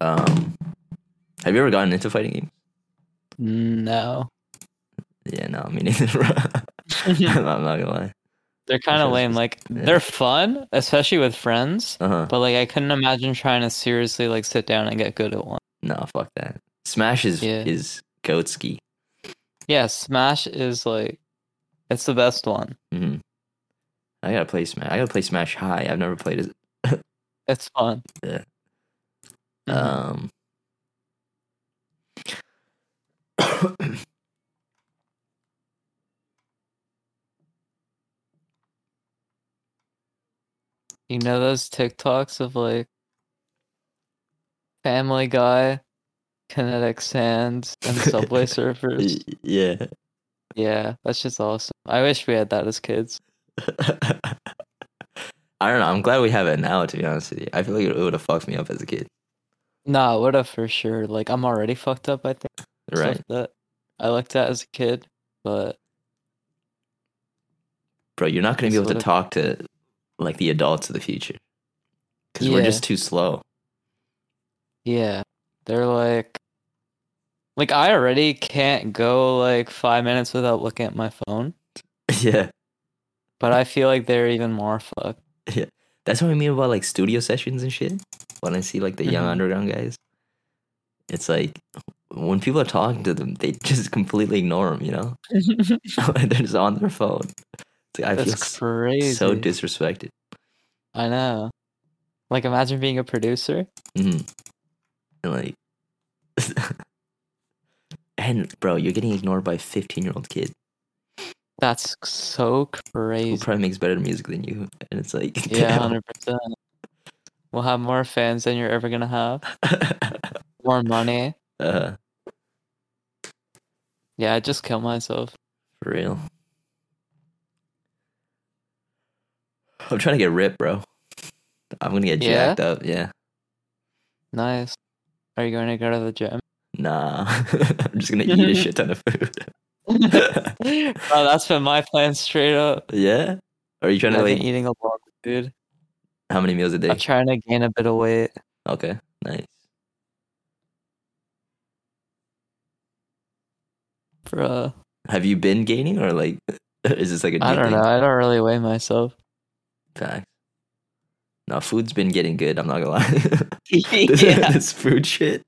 S1: um, have you ever gotten into fighting games?
S2: No,
S1: Yeah, no, me neither. *laughs* I'm not gonna lie.
S2: they're kind of
S1: Because
S2: lame.
S1: it's-
S2: Like
S1: yeah.
S2: they're fun, especially with friends.
S1: Uh huh.
S2: But like I couldn't imagine trying to seriously like sit down and get good at one.
S1: No, fuck that. Smash is
S2: Yeah.
S1: is goat ski.
S2: Yeah, Smash is like it's the best one.
S1: hmm I gotta play Smash. I gotta play Smash High. I've never played it.
S2: It's fun.
S1: Yeah.
S2: Mhm.
S1: Um, Um,
S2: you know those TikToks of like Family Guy, Kinetic Sands, and
S1: *laughs*
S2: Subway Surfers.
S1: *coughs* yeah.
S2: Yeah, that's just awesome. I wish we had that as kids.
S1: *laughs* I don't know. I'm glad we have it now. To be honest with you, I feel like it would have fucked me up as a kid.
S2: Nah, it would have for sure. Like I'm already fucked up. I think stuff
S1: Right,
S2: that I looked at as a kid, but
S1: bro. You're not gonna be
S2: This
S1: able to
S2: would've-
S1: talk to like the adults of the future because we're
S2: Yeah.
S1: just too slow. *laughs*
S2: Yeah. They're like like I already can't go like 5 minutes without looking at my phone,
S1: yeah,
S2: but I feel like they're even more fucked.
S1: that's what I mean about like studio sessions and shit. When I see like the young
S2: Mhm.
S1: underground guys, it's like when people are talking to them, they *laughs* just completely ignore them. You
S2: *laughs*
S1: know, *laughs* they're just on their phone. It's like, I feel
S2: That's
S1: s-
S2: crazy.
S1: so disrespected.
S2: I know. Like imagine being a producer.
S1: hmm And like, *laughs* and bro, you're getting ignored by a 15 year old kid
S2: That's so
S1: who *laughs*
S2: crazy.
S1: probably makes better music than you. And it's like, *laughs*
S2: Yeah, 100%. We'll have more fans than you're ever going to have. More money.
S1: *laughs* uh,
S2: Yeah, I just kill myself.
S1: for real. I'm trying to get ripped, bro. I'm gonna get
S2: Yeah?
S1: jacked up. Yeah,
S2: Nice. Are you going to go to the gym?
S1: *laughs* nah. I'm just gonna eat a shit ton of food. *laughs*
S2: Bro, that's been my plan straight up.
S1: yeah. Are you trying to
S2: I've been
S1: like
S2: eating a lot, dude.
S1: how many meals a day?
S2: I'm trying to gain a bit of weight.
S1: Okay, nice.
S2: Bruh.
S1: Have you been gaining or like *laughs* is this like a new
S2: I don't
S1: thing?
S2: know. I don't really weigh myself. *laughs*
S1: Facts. No, food's been getting good. I'm not gonna
S2: *laughs*
S1: lie. *laughs* this, *laughs* this food shit.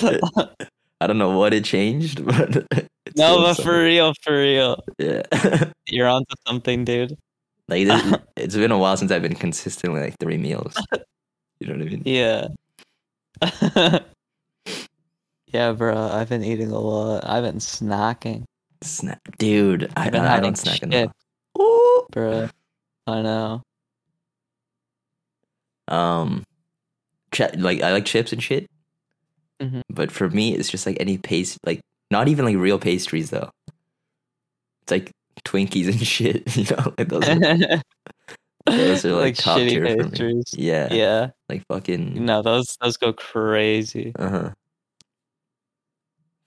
S1: I don't know what it changed, *laughs* but it's
S2: no,
S1: doing
S2: but
S1: something.
S2: for real, for real.
S1: yeah, *laughs*
S2: You're onto something, dude.
S1: like
S2: *laughs*
S1: this, it's been a while since I've been consistently like three meals. You know what I mean?
S2: Yeah. *laughs* yeah, bro. I've been eating a lot. I've been snacking,
S1: Snap, dude. I,
S2: I've been
S1: I, I
S2: hiding
S1: don't snack
S2: shit.
S1: enough. Ooh.
S2: bro. I know.
S1: Um, chi- like I like chips and shit,
S2: Mhm.
S1: but for me, it's just like any paste, like not even like real pastries though. It's like Twinkies and *laughs* shit. You know, like
S2: *laughs*
S1: those. Are, those are like, top
S2: shitty
S1: tier for me.
S2: pastries.
S1: Yeah, Mm.
S2: Yeah.
S1: like fucking
S2: No, those those go crazy.
S1: uh huh,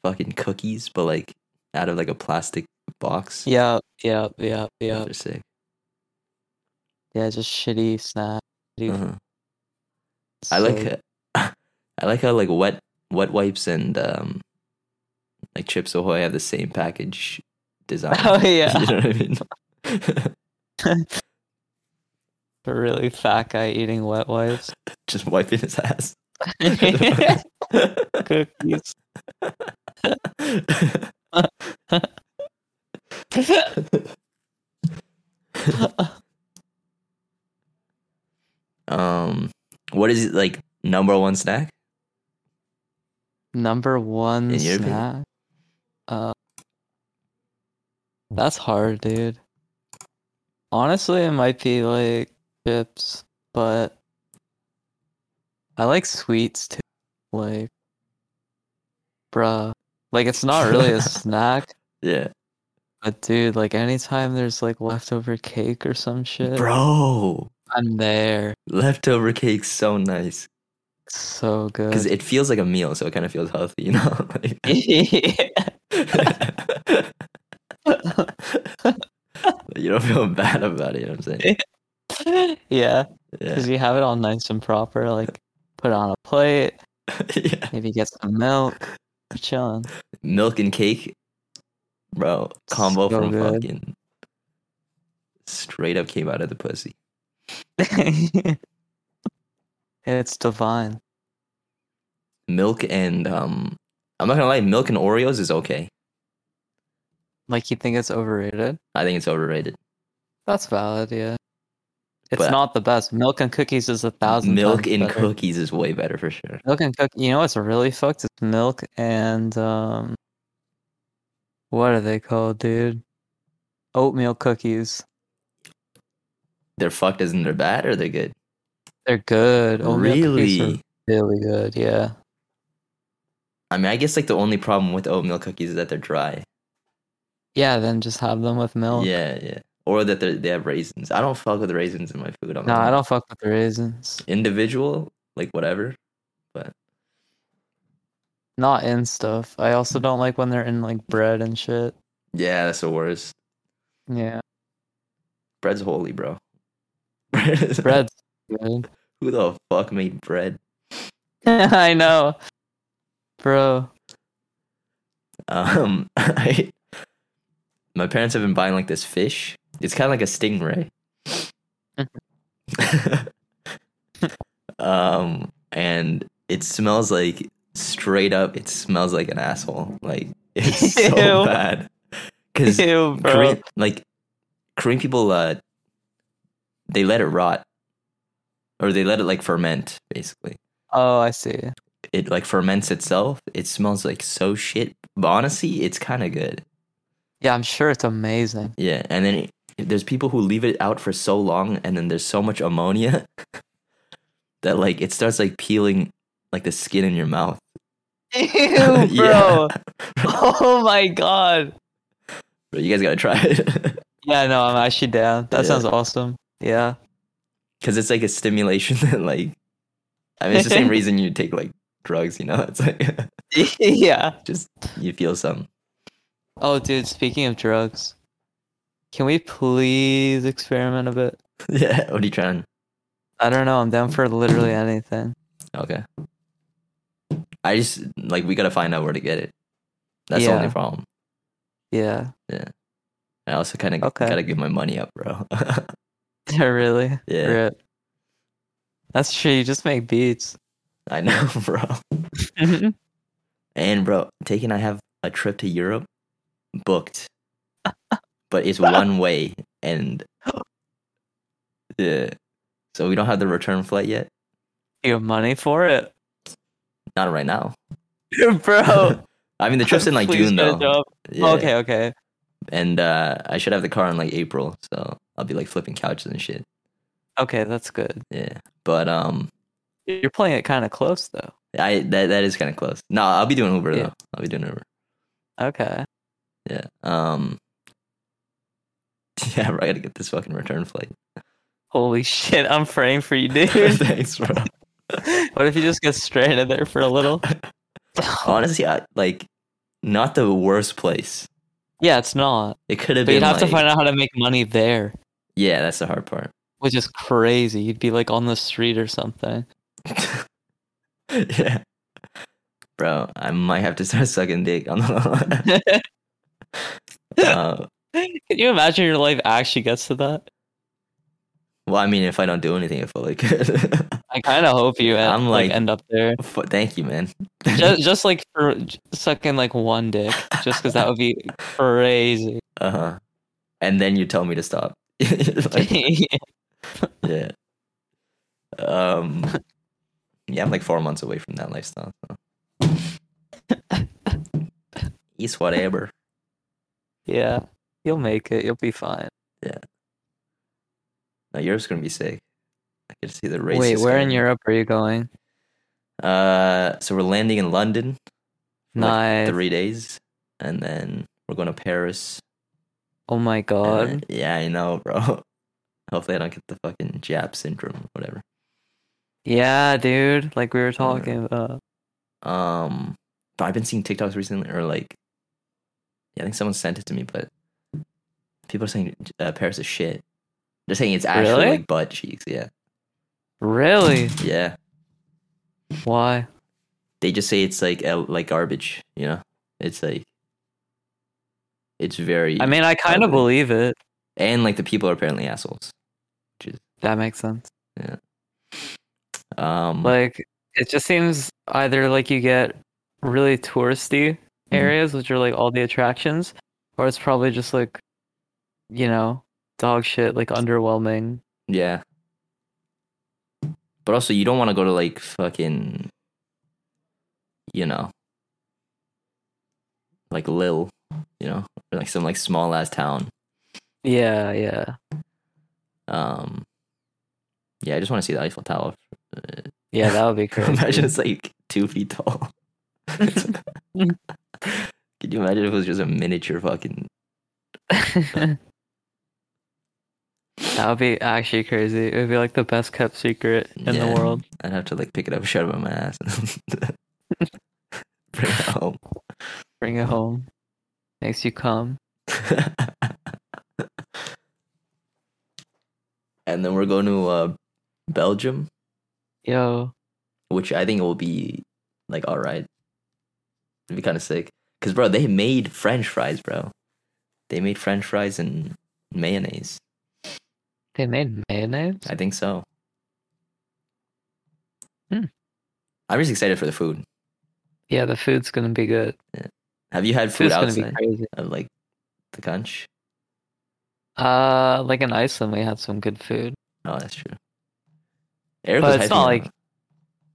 S1: fucking cookies, but like out of like a plastic box.
S2: Yep, yep, yep,
S1: Those
S2: yep.
S1: are sick.
S2: Yeah, just shitty snack. Shitty
S1: Uh-huh. I like *laughs* I like how like wet wet wipes and um like Chips Ahoy have the same package design.
S2: *laughs* Oh, yeah.
S1: *laughs* you know what I mean. *laughs*
S2: a really fat guy eating
S1: *laughs*
S2: wet wipes. *laughs*
S1: Just wiping his ass. *laughs*
S2: Cookies. *laughs*
S1: um, what is it like number one snack?
S2: Number one
S1: In your opinion?
S2: snack. Uh, that's hard, dude. Honestly, it might be like chips, but I like sweets too. Like, bruh. Like, it's not
S1: *laughs*
S2: really a snack,
S1: Yeah,
S2: but dude, like, anytime there's like leftover cake or some shit,
S1: bro,
S2: I'm there.
S1: leftover cake's so nice
S2: It's so good.
S1: because it feels like a meal, so it kind of feels healthy, *laughs* you know. Like- *laughs* you don't feel bad about it. You know what I'm saying?
S2: *laughs* yeah.
S1: Yeah.
S2: *laughs* Because you have it all nice and proper, like put on a plate,
S1: yeah. *laughs*
S2: maybe get some milk, you're chilling. *laughs*
S1: Milk and cake, bro. Combo
S2: So
S1: from
S2: good.
S1: fucking straight up came out of the pussy.
S2: it's divine.
S1: Milk and um, I'm not gonna lie, milk and Oreos is okay.
S2: Like you think it's overrated?
S1: I think it's overrated.
S2: That's valid, yeah. It's
S1: But-
S2: not the best. Milk and cookies is a thousand.
S1: milk
S2: times
S1: and
S2: better.
S1: cookies is way better for sure.
S2: Milk and cook. You know what's really fucked? It's milk and um, what are they called, dude? Oatmeal cookies.
S1: They're fucked, isn't they're bad or they're good?
S2: They're good. Oatmeal Oh, cookies are
S1: really?
S2: really good. Yeah.
S1: I mean, I guess like the only problem with oatmeal cookies is that they're dry.
S2: Yeah, then just have them with milk.
S1: Yeah, yeah. Or that they they have raisins. I don't fuck with raisins in my food. I'm
S2: No,
S1: not-
S2: I don't fuck with the raisins.
S1: Individual, like whatever.
S2: Not in stuff. I also don't like when they're in like bread and shit.
S1: Yeah, that's the worst.
S2: *laughs* Yeah,
S1: Bread's holy,
S2: *laughs*
S1: bro.
S2: bread's good. *laughs*
S1: Who the fuck made bread?
S2: I know, bro.
S1: Um, *laughs* I, my parents have been buying like this fish. It's kind of like a stingray. *laughs* um, and it smells like straight up. It smells like an asshole. Like *laughs* it's so
S2: Ew.
S1: bad. Because
S2: *laughs* Ew, bro.
S1: Korean, like Korean people, uh, they let it rot, or they let it like ferment. Basically,
S2: Oh, I see.
S1: it like ferments itself. It smells like so shit, but honestly, it's kind of good.
S2: Yeah, I'm sure it's amazing.
S1: Yeah, and then it, there's people who leave it out for so long, and then there's so much ammonia *laughs* that like it starts like peeling like the skin in your mouth.
S2: *laughs* *laughs* Ew,
S1: Yeah.
S2: *laughs* bro. oh my god.
S1: But you guys gotta try it *laughs*
S2: Yeah, no, I'm actually down. That
S1: Yeah.
S2: sounds awesome. Yeah.
S1: because it's like a stimulation *laughs* that like. I mean, it's the same reason you *laughs* take like drugs. You know, it's like
S2: *laughs* yeah.
S1: you feel some. *laughs*
S2: Oh, dude, speaking of drugs, can we please experiment a bit?
S1: yeah. What are you trying?
S2: I don't know. I'm down for *clears throat* literally anything.
S1: Okay. I just like we gotta find out where to get it. That's the only
S2: Yeah.
S1: problem.
S2: Yeah. *laughs*
S1: I also kind of
S2: Okay.
S1: gotta give my money up, bro. *laughs*
S2: really?
S1: Yeah.
S2: Rip. That's true. You just make beats.
S1: I know, *laughs* bro.
S2: oh,
S1: And bro, Take and I have a trip to Europe booked, but
S2: *laughs*
S1: it's one way, and *gasps* yeah, so we don't have the return flight yet.
S2: you have money for it,
S1: Not right now.
S2: *laughs* bro.
S1: I mean, the trip's in like
S2: Please
S1: June
S2: get a
S1: though.
S2: job.
S1: Yeah.
S2: Okay. Okay.
S1: And uh, I should have the car in like April, so I'll be like flipping couches and shit.
S2: Okay. That's good.
S1: Yeah, but um,
S2: You're playing it kind of close though.
S1: I that that is kind of close. No, I'll be doing Uber
S2: Yeah.
S1: though. I'll be doing Uber.
S2: Okay.
S1: Yeah. Um. *laughs* Yeah, bro, I gotta get this fucking return
S2: *laughs*
S1: flight. *laughs*
S2: Holy *laughs* shit! I'm praying for you, dude.
S1: Thanks, bro.
S2: what if you just get stranded there for
S1: *laughs*
S2: a little?
S1: Honestly, I, like, not the worst place.
S2: yeah, it's not.
S1: It could have
S2: But
S1: been.
S2: you'd have to
S1: like-
S2: find out how to make money there,
S1: Yeah, that's the hard part. *laughs*
S2: which is crazy. You'd be like on the street or something.
S1: yeah, bro, I might have to start *laughs* sucking dick. On the- *laughs*
S2: Can *laughs*
S1: uh,
S2: you imagine your life actually gets to that?
S1: well, I mean, if I don't do anything, I fully *laughs* could.
S2: I kind of hope you end,
S1: I'm
S2: like,
S1: like-
S2: end up there.
S1: Fu- Thank you, man.
S2: just, just like for j- sucking like one dick, just because that would be crazy. *laughs*
S1: Uh huh. And then you tell me to stop. *laughs* Like, yeah. Um. Yeah, I'm like four months away from that lifestyle. So. It's whatever.
S2: yeah, you'll make it. You'll be fine.
S1: No, Europe's gonna be sick. I can see the race.
S2: Wait,
S1: is
S2: where
S1: gonna
S2: in
S1: be-
S2: Europe are you going?
S1: Uh, so we're landing in London for
S2: Nice.
S1: like three days, and then we're going to Paris.
S2: oh my
S1: and
S2: god.
S1: then- yeah, I know, bro. *laughs* Hopefully, I don't get the fucking Jap syndrome, whatever.
S2: Yeah, dude. Like we were talking about.
S1: Um, but I've been seeing TikToks recently, or like, yeah, I think someone sent it to me, but people are saying uh, Paris is shit. They're saying it's actually
S2: Really?
S1: like butt cheeks. Yeah,
S2: Really?
S1: yeah.
S2: Why?
S1: They just say it's like uh, like garbage. You know, it's like it's very.
S2: I mean, I kind of
S1: Totally.
S2: believe it.
S1: and like the people are apparently assholes.
S2: That makes sense.
S1: Um,
S2: Like it just seems either like you get really touristy
S1: Hmm.
S2: areas, which are like all the attractions, or it's probably just like, you know, dog shit, like underwhelming.
S1: yeah. But also, you don't want to go to like fucking, you know, like Lille, you know, or, like some like small ass town.
S2: Yeah, yeah,
S1: Um, yeah, I just want to see the Eiffel Tower. *laughs*
S2: yeah. That would be crazy.
S1: imagine
S2: *laughs*
S1: it's like two feet tall. *laughs* Could you imagine if it was just a miniature fucking?
S2: that would be actually crazy. It would be like the best kept secret in
S1: Yeah.
S2: the world.
S1: I'd have to like pick it up, shove it up my ass, and *laughs* bring it home.
S2: Bring it home. Makes you come.
S1: *laughs* and then we're going to uh, Belgium,
S2: Yo.
S1: which I think will be like all right. It'd be kind of sick, cause bro, they made French fries, bro. They made French fries and mayonnaise.
S2: They made mayonnaise?
S1: I think so.
S2: Hmm.
S1: I'm just excited for the food.
S2: Yeah, the food's gonna be good.
S1: Have you had food
S2: Food's gonna be
S1: outside
S2: crazy.
S1: of like the conch?
S2: Uh, like in Iceland, we had some good food.
S1: Oh, that's true. Eric
S2: But
S1: was
S2: it's
S1: hyping
S2: not
S1: it
S2: like-
S1: up.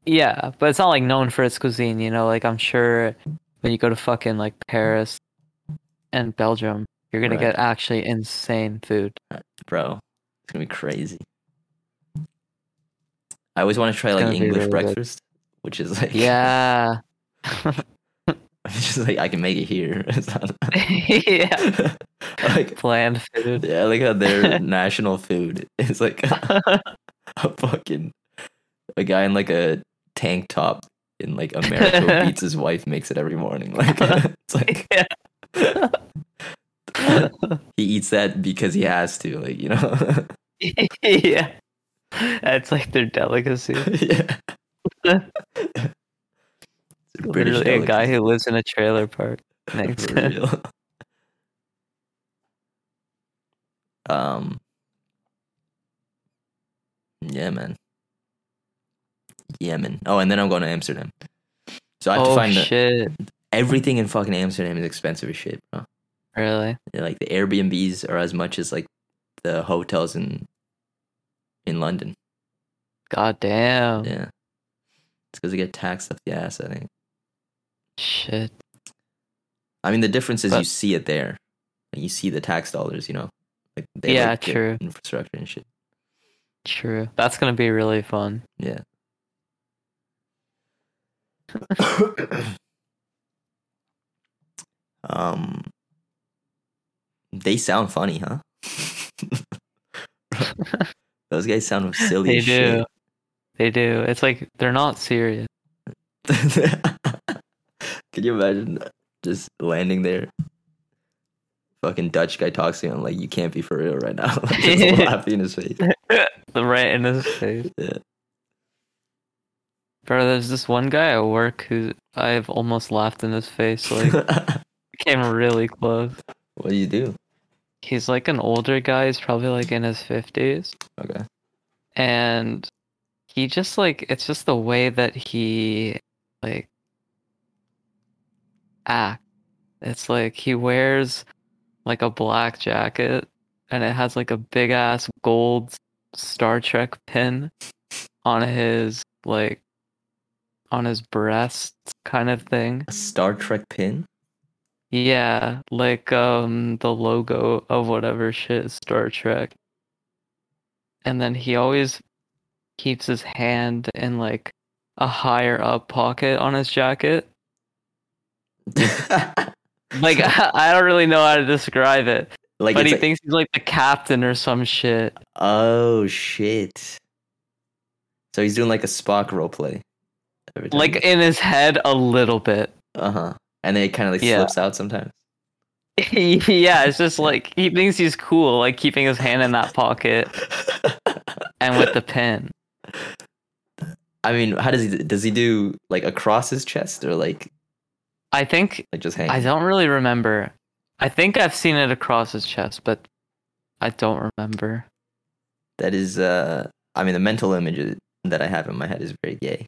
S2: Yeah, but it's not like known for its cuisine, you know. Like I'm sure when you go to fucking like Paris and Belgium, you're gonna
S1: Right.
S2: get actually insane food.
S1: bro. It's gonna be crazy. I always want to try like
S2: gonna be
S1: English
S2: really good.
S1: breakfast, which is like *laughs*
S2: Yeah,
S1: it's just like I can make it here. *laughs* It's not-
S2: *laughs* yeah,
S1: like
S2: bland food.
S1: yeah, like how their national food is like *laughs* a, fucking a guy in like a tank top
S2: *laughs*
S1: *laughs* in like America who beats his wife makes it every morning. Like it's like he eats that because he has to, like you know.
S2: *laughs*
S1: *laughs*
S2: yeah. That's like their *laughs* delicacy.
S1: yeah. British
S2: Literally a guy
S1: delicacy,
S2: who lives in a trailer park.
S1: *laughs*
S2: Next.
S1: for real. um. Yeah, man. Yemen. Oh, and then I'm going to Amsterdam. So I have to
S2: oh
S1: find the-
S2: shit!
S1: everything in fucking Amsterdam is expensive as shit, bro.
S2: Really?
S1: Yeah, like the Airbnbs are as much as like the hotels in in London.
S2: God damn!
S1: Yeah, it's because they get taxed up the ass. I think.
S2: Shit.
S1: I mean, the difference is you
S2: But-
S1: see it there. Like, you see the tax dollars. You know, like
S2: Yeah,
S1: like, their
S2: true.
S1: infrastructure and shit.
S2: True. That's gonna be really fun.
S1: Yeah. *coughs* um, they sound funny,
S2: *laughs*
S1: huh? *laughs* Those guys sound silly.
S2: They
S1: as shit.
S2: do. They do. It's like they're not serious.
S1: *laughs* Can you imagine just landing there? Fucking Dutch guy talks to him like you can't be for real right now. *laughs* Like, just
S2: *laughs*
S1: laughing in his face.
S2: The right in his face.
S1: *laughs* Yeah.
S2: Bro, there's this one guy at work who I've almost laughed in his
S1: *laughs*
S2: face. Like, came really close.
S1: what do you do?
S2: He's like an older guy. He's probably like in his 50s.
S1: Okay.
S2: and he just like it's just the way that he like act it's like he wears like a black jacket and it has like a big ass gold star trek pin on his like on his breast kind of thing
S1: A Star Trek
S2: *laughs*
S1: pin?
S2: yeah like um the logo of whatever shit is star trek and then he always keeps his hand in like a higher up pocket on his jacket.
S1: *laughs*
S2: Like *laughs* I, don't really know how to describe it,
S1: like
S2: but
S1: it's
S2: he
S1: like,
S2: thinks he's like the captain or some shit.
S1: oh shit. So he's doing like a Spock roleplay.
S2: Like in his head a little bit. *laughs*
S1: uh huh. And then it kind of like
S2: Yeah.
S1: slips out
S2: *laughs*
S1: sometimes.
S2: yeah, it's just like he thinks he's cool, like keeping his hand in that pocket and with the pin.
S1: I mean, how does he does he do like across his chest or like
S2: I think
S1: like just hang?
S2: I don't really remember. I think I've seen it across his chest, but I don't remember.
S1: that is uh i mean the mental image that i have in my head is very gay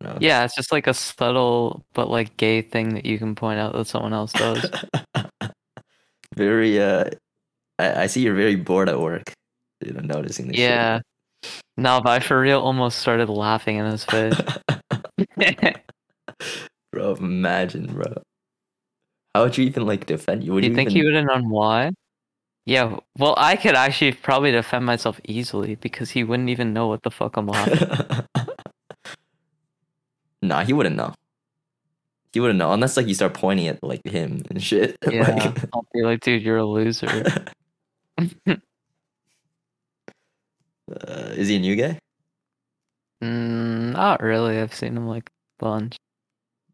S1: you know?
S2: Yeah, it's just like a subtle but like gay thing that you can point out that someone
S1: *laughs*
S2: else does.
S1: very uh I, I see you're very bored at work you know noticing this shit.
S2: Yeah. No, but I for real almost started laughing in his
S1: *laughs*
S2: face. *laughs*
S1: bro imagine bro how would you even like defend you would
S2: Do
S1: you,
S2: you think
S1: even,
S2: he would have known why? Yeah, well, I could actually probably defend myself easily because he wouldn't even know what the fuck
S1: *laughs*
S2: I'm laughing.
S1: nah he wouldn't know he wouldn't know unless like you start pointing at like him and shit *laughs*
S2: Yeah,
S1: like,
S2: I'll be like, dude, you're
S1: *laughs*
S2: a loser.
S1: uh, is he a new guy
S2: Mm, not really. I've seen him like a bunch.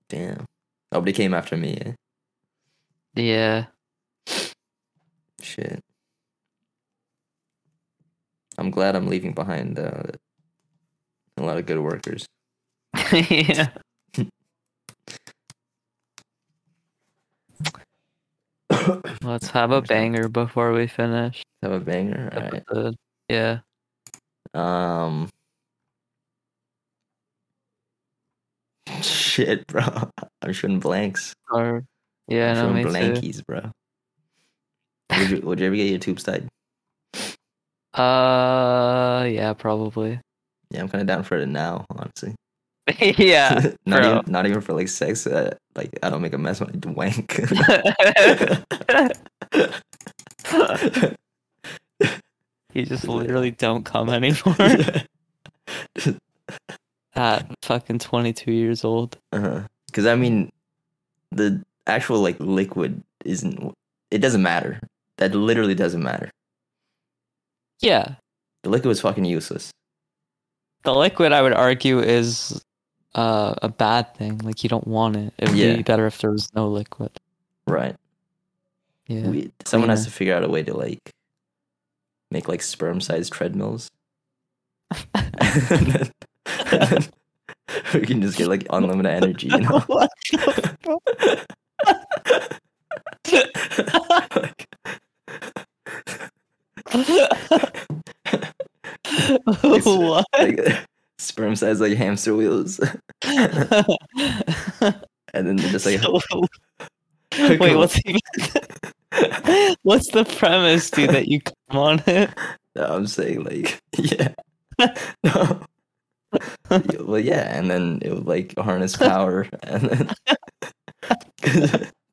S1: damn nobody came after me eh?
S2: Yeah,
S1: Shit. I'm glad I'm leaving behind uh, a lot of good workers. *coughs*
S2: *laughs* yeah.
S1: Have
S2: Let's have a banger before we finish.
S1: a banger. All right.
S2: episode. Yeah.
S1: Um. *laughs* Shit, bro. I'm shooting blanks.
S2: Or yeah, no,
S1: I'm
S2: me
S1: shooting
S2: too.
S1: blankies, bro. Would you, would you ever get your tubes tied?
S2: Uh, yeah, *laughs* probably.
S1: Yeah, I'm kind of down for it now,
S2: *laughs*
S1: honestly.
S2: yeah.
S1: *laughs*
S2: *laughs*
S1: not,
S2: bro.
S1: even, not even for like sex. Uh, like I don't make a mess when I
S2: *laughs*
S1: wank. *laughs*
S2: you just literally don't come anymore. *laughs* At fucking 22 years old.
S1: Because I mean, the actual like liquid isn't. It doesn't matter. That literally doesn't matter.
S2: Yeah.
S1: The liquid was fucking useless.
S2: The liquid, I would argue, is uh, a bad thing. Like, you don't want it. It would
S1: Yeah.
S2: be better if there was no liquid.
S1: Right.
S2: Yeah. *laughs*
S1: We, someone has
S2: cleaner.
S1: to figure out a way to like make like sperm sized treadmills. *laughs* And then- we can just get like unlimited energy, you know? *laughs*
S2: What the *laughs*
S1: Like,
S2: fuck? what?
S1: like, sperm sized like hamster wheels. And then they're just
S2: *laughs*
S1: like
S2: Wait, what's even? *laughs* what's the premise, dude? That you come on it?
S1: No, I'm saying like *laughs* yeah. no. Yeah, well, yeah, and then it would like harness power, *laughs* and then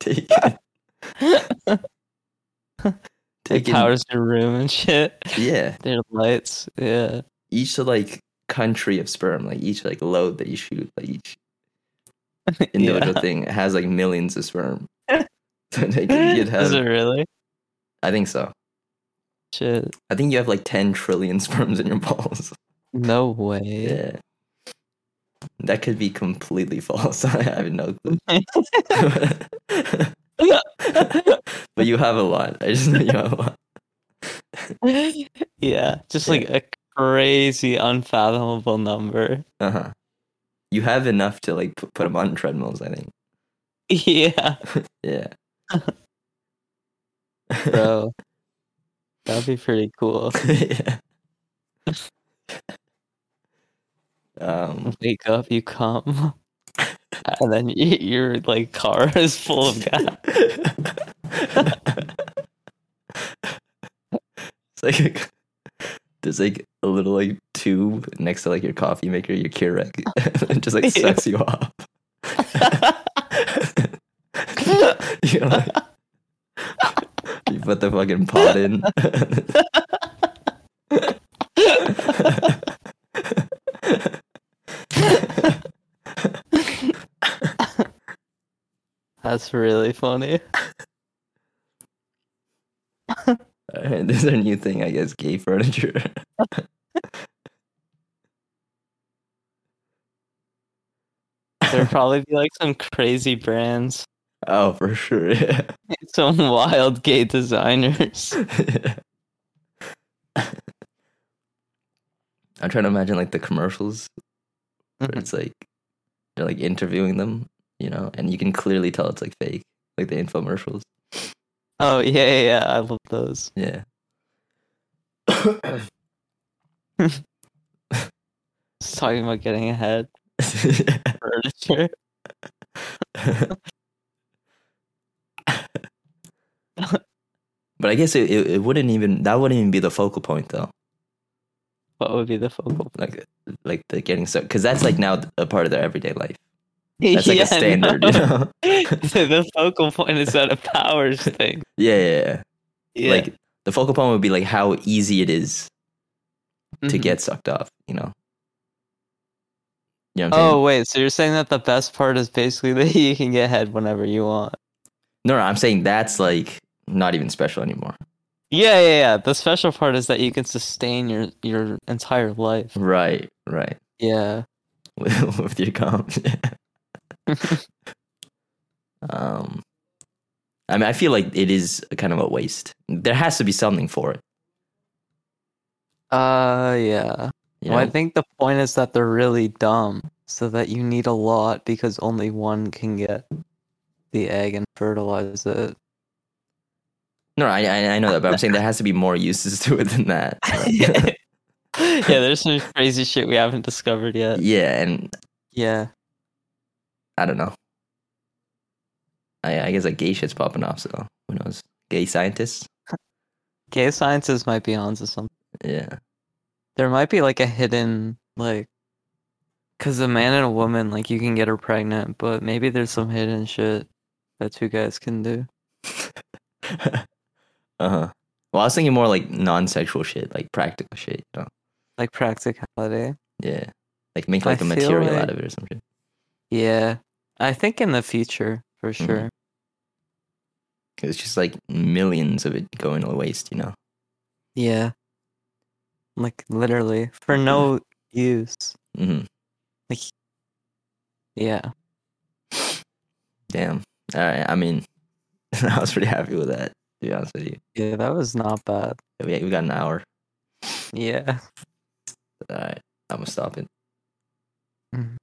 S1: take
S2: It
S1: take in-
S2: powers your room and shit.
S1: yeah.
S2: Their lights. Yeah.
S1: Each like country of sperm, like each like load that you shoot, like each individual thing has like millions of sperm. *laughs* so like, you'd
S2: Is
S1: have,
S2: it really?
S1: I think so.
S2: Shit.
S1: I think you have like ten trillion *laughs* sperms in your balls.
S2: No way.
S1: Yeah. That could be completely *laughs* false. I have no clue. *laughs* but you have a lot. I just know you have a lot.
S2: yeah. Just like a crazy, unfathomable number. *laughs*
S1: Uh huh. You have enough to like put, put them on treadmills. I think.
S2: Yeah,
S1: Yeah.
S2: bro. That'd be pretty cool.
S1: *laughs* yeah. Um.
S2: Wake up, you come. *laughs* And then y- your like car *laughs* is full of gas.
S1: it's like a, there's like a little like tube next to like your coffee maker, your Keurig. *laughs* it just like sucks you off. *laughs* you know, like, you put the fucking pot in. *laughs*
S2: *laughs* That's really funny.
S1: Alright, this is a new thing, I guess. Gay furniture. *laughs*
S2: There'd probably be like some crazy brands, *laughs*
S1: oh, for sure. *laughs* Yeah.
S2: some wild gay designers. *laughs*
S1: I'm trying to imagine like the commercials where it's like they're like interviewing them, you know, and you can clearly tell it's like fake, like the infomercials.
S2: Oh yeah, yeah, yeah. I love those.
S1: Yeah.
S2: Just talking about getting ahead. Furniture.
S1: but I guess it, it, it wouldn't even that wouldn't even be the focal point though.
S2: What would be the focal? point?
S1: Like like the getting so because that's like now a part of their everyday life. That's like
S2: *laughs* Yeah,
S1: a standard,
S2: no.
S1: you know.
S2: *laughs* the focal point is not a
S1: *laughs*
S2: powers thing.
S1: Yeah, yeah, yeah.
S2: Yeah.
S1: Like the focal point would be like how easy it is to
S2: Mhm.
S1: get sucked off, you know. You know what I'm saying?
S2: Oh wait, so you're saying that the best part is basically *laughs* that you can get head whenever you want.
S1: No, no, I'm saying that's like not even special anymore.
S2: Yeah, yeah, yeah. The special part is that you can sustain your your entire life.
S1: Right, right. *laughs*
S2: Yeah.
S1: With, with your *laughs* comp. um I mean I feel like it is kind of a waste. There has to be something for it.
S2: Uh yeah.
S1: You
S2: Well, I
S1: know?
S2: think the point is that they're really dumb, so that you need a lot because only one can get the egg and fertilize *laughs* it.
S1: No, I I I know that, but I'm saying there has to be more uses *laughs* to it than
S2: *laughs*
S1: that.
S2: yeah, *laughs* there's some crazy shit we haven't discovered
S1: *laughs*
S2: yet.
S1: yeah, and
S2: Yeah.
S1: I don't know. I I guess like gay shit's popping off, so who knows? Gay scientists?
S2: Gay sciences might be onto something. *laughs*
S1: Yeah.
S2: There might be like a hidden like cuz a man and a woman like you can get her pregnant, but maybe there's some hidden shit that two guys can do.
S1: uh huh. Well, I was thinking more like non-sexual shit, like practical shit. You know?
S2: Like practicality.
S1: Yeah. Like make
S2: I
S1: like a
S2: feel
S1: material
S2: like-
S1: out of it or something.
S2: Yeah. I think in the future for sure.
S1: It's just like millions of it going to waste, you know.
S2: Yeah. Like literally for no use.
S1: hmm
S2: Yeah.
S1: *laughs* Damn. All right. I mean, I was pretty happy with that. to be honest with you.
S2: Yeah, that was not bad.
S1: We, we got an hour.
S2: Yeah.
S1: All right. I'm going to stop it.
S2: Mhm.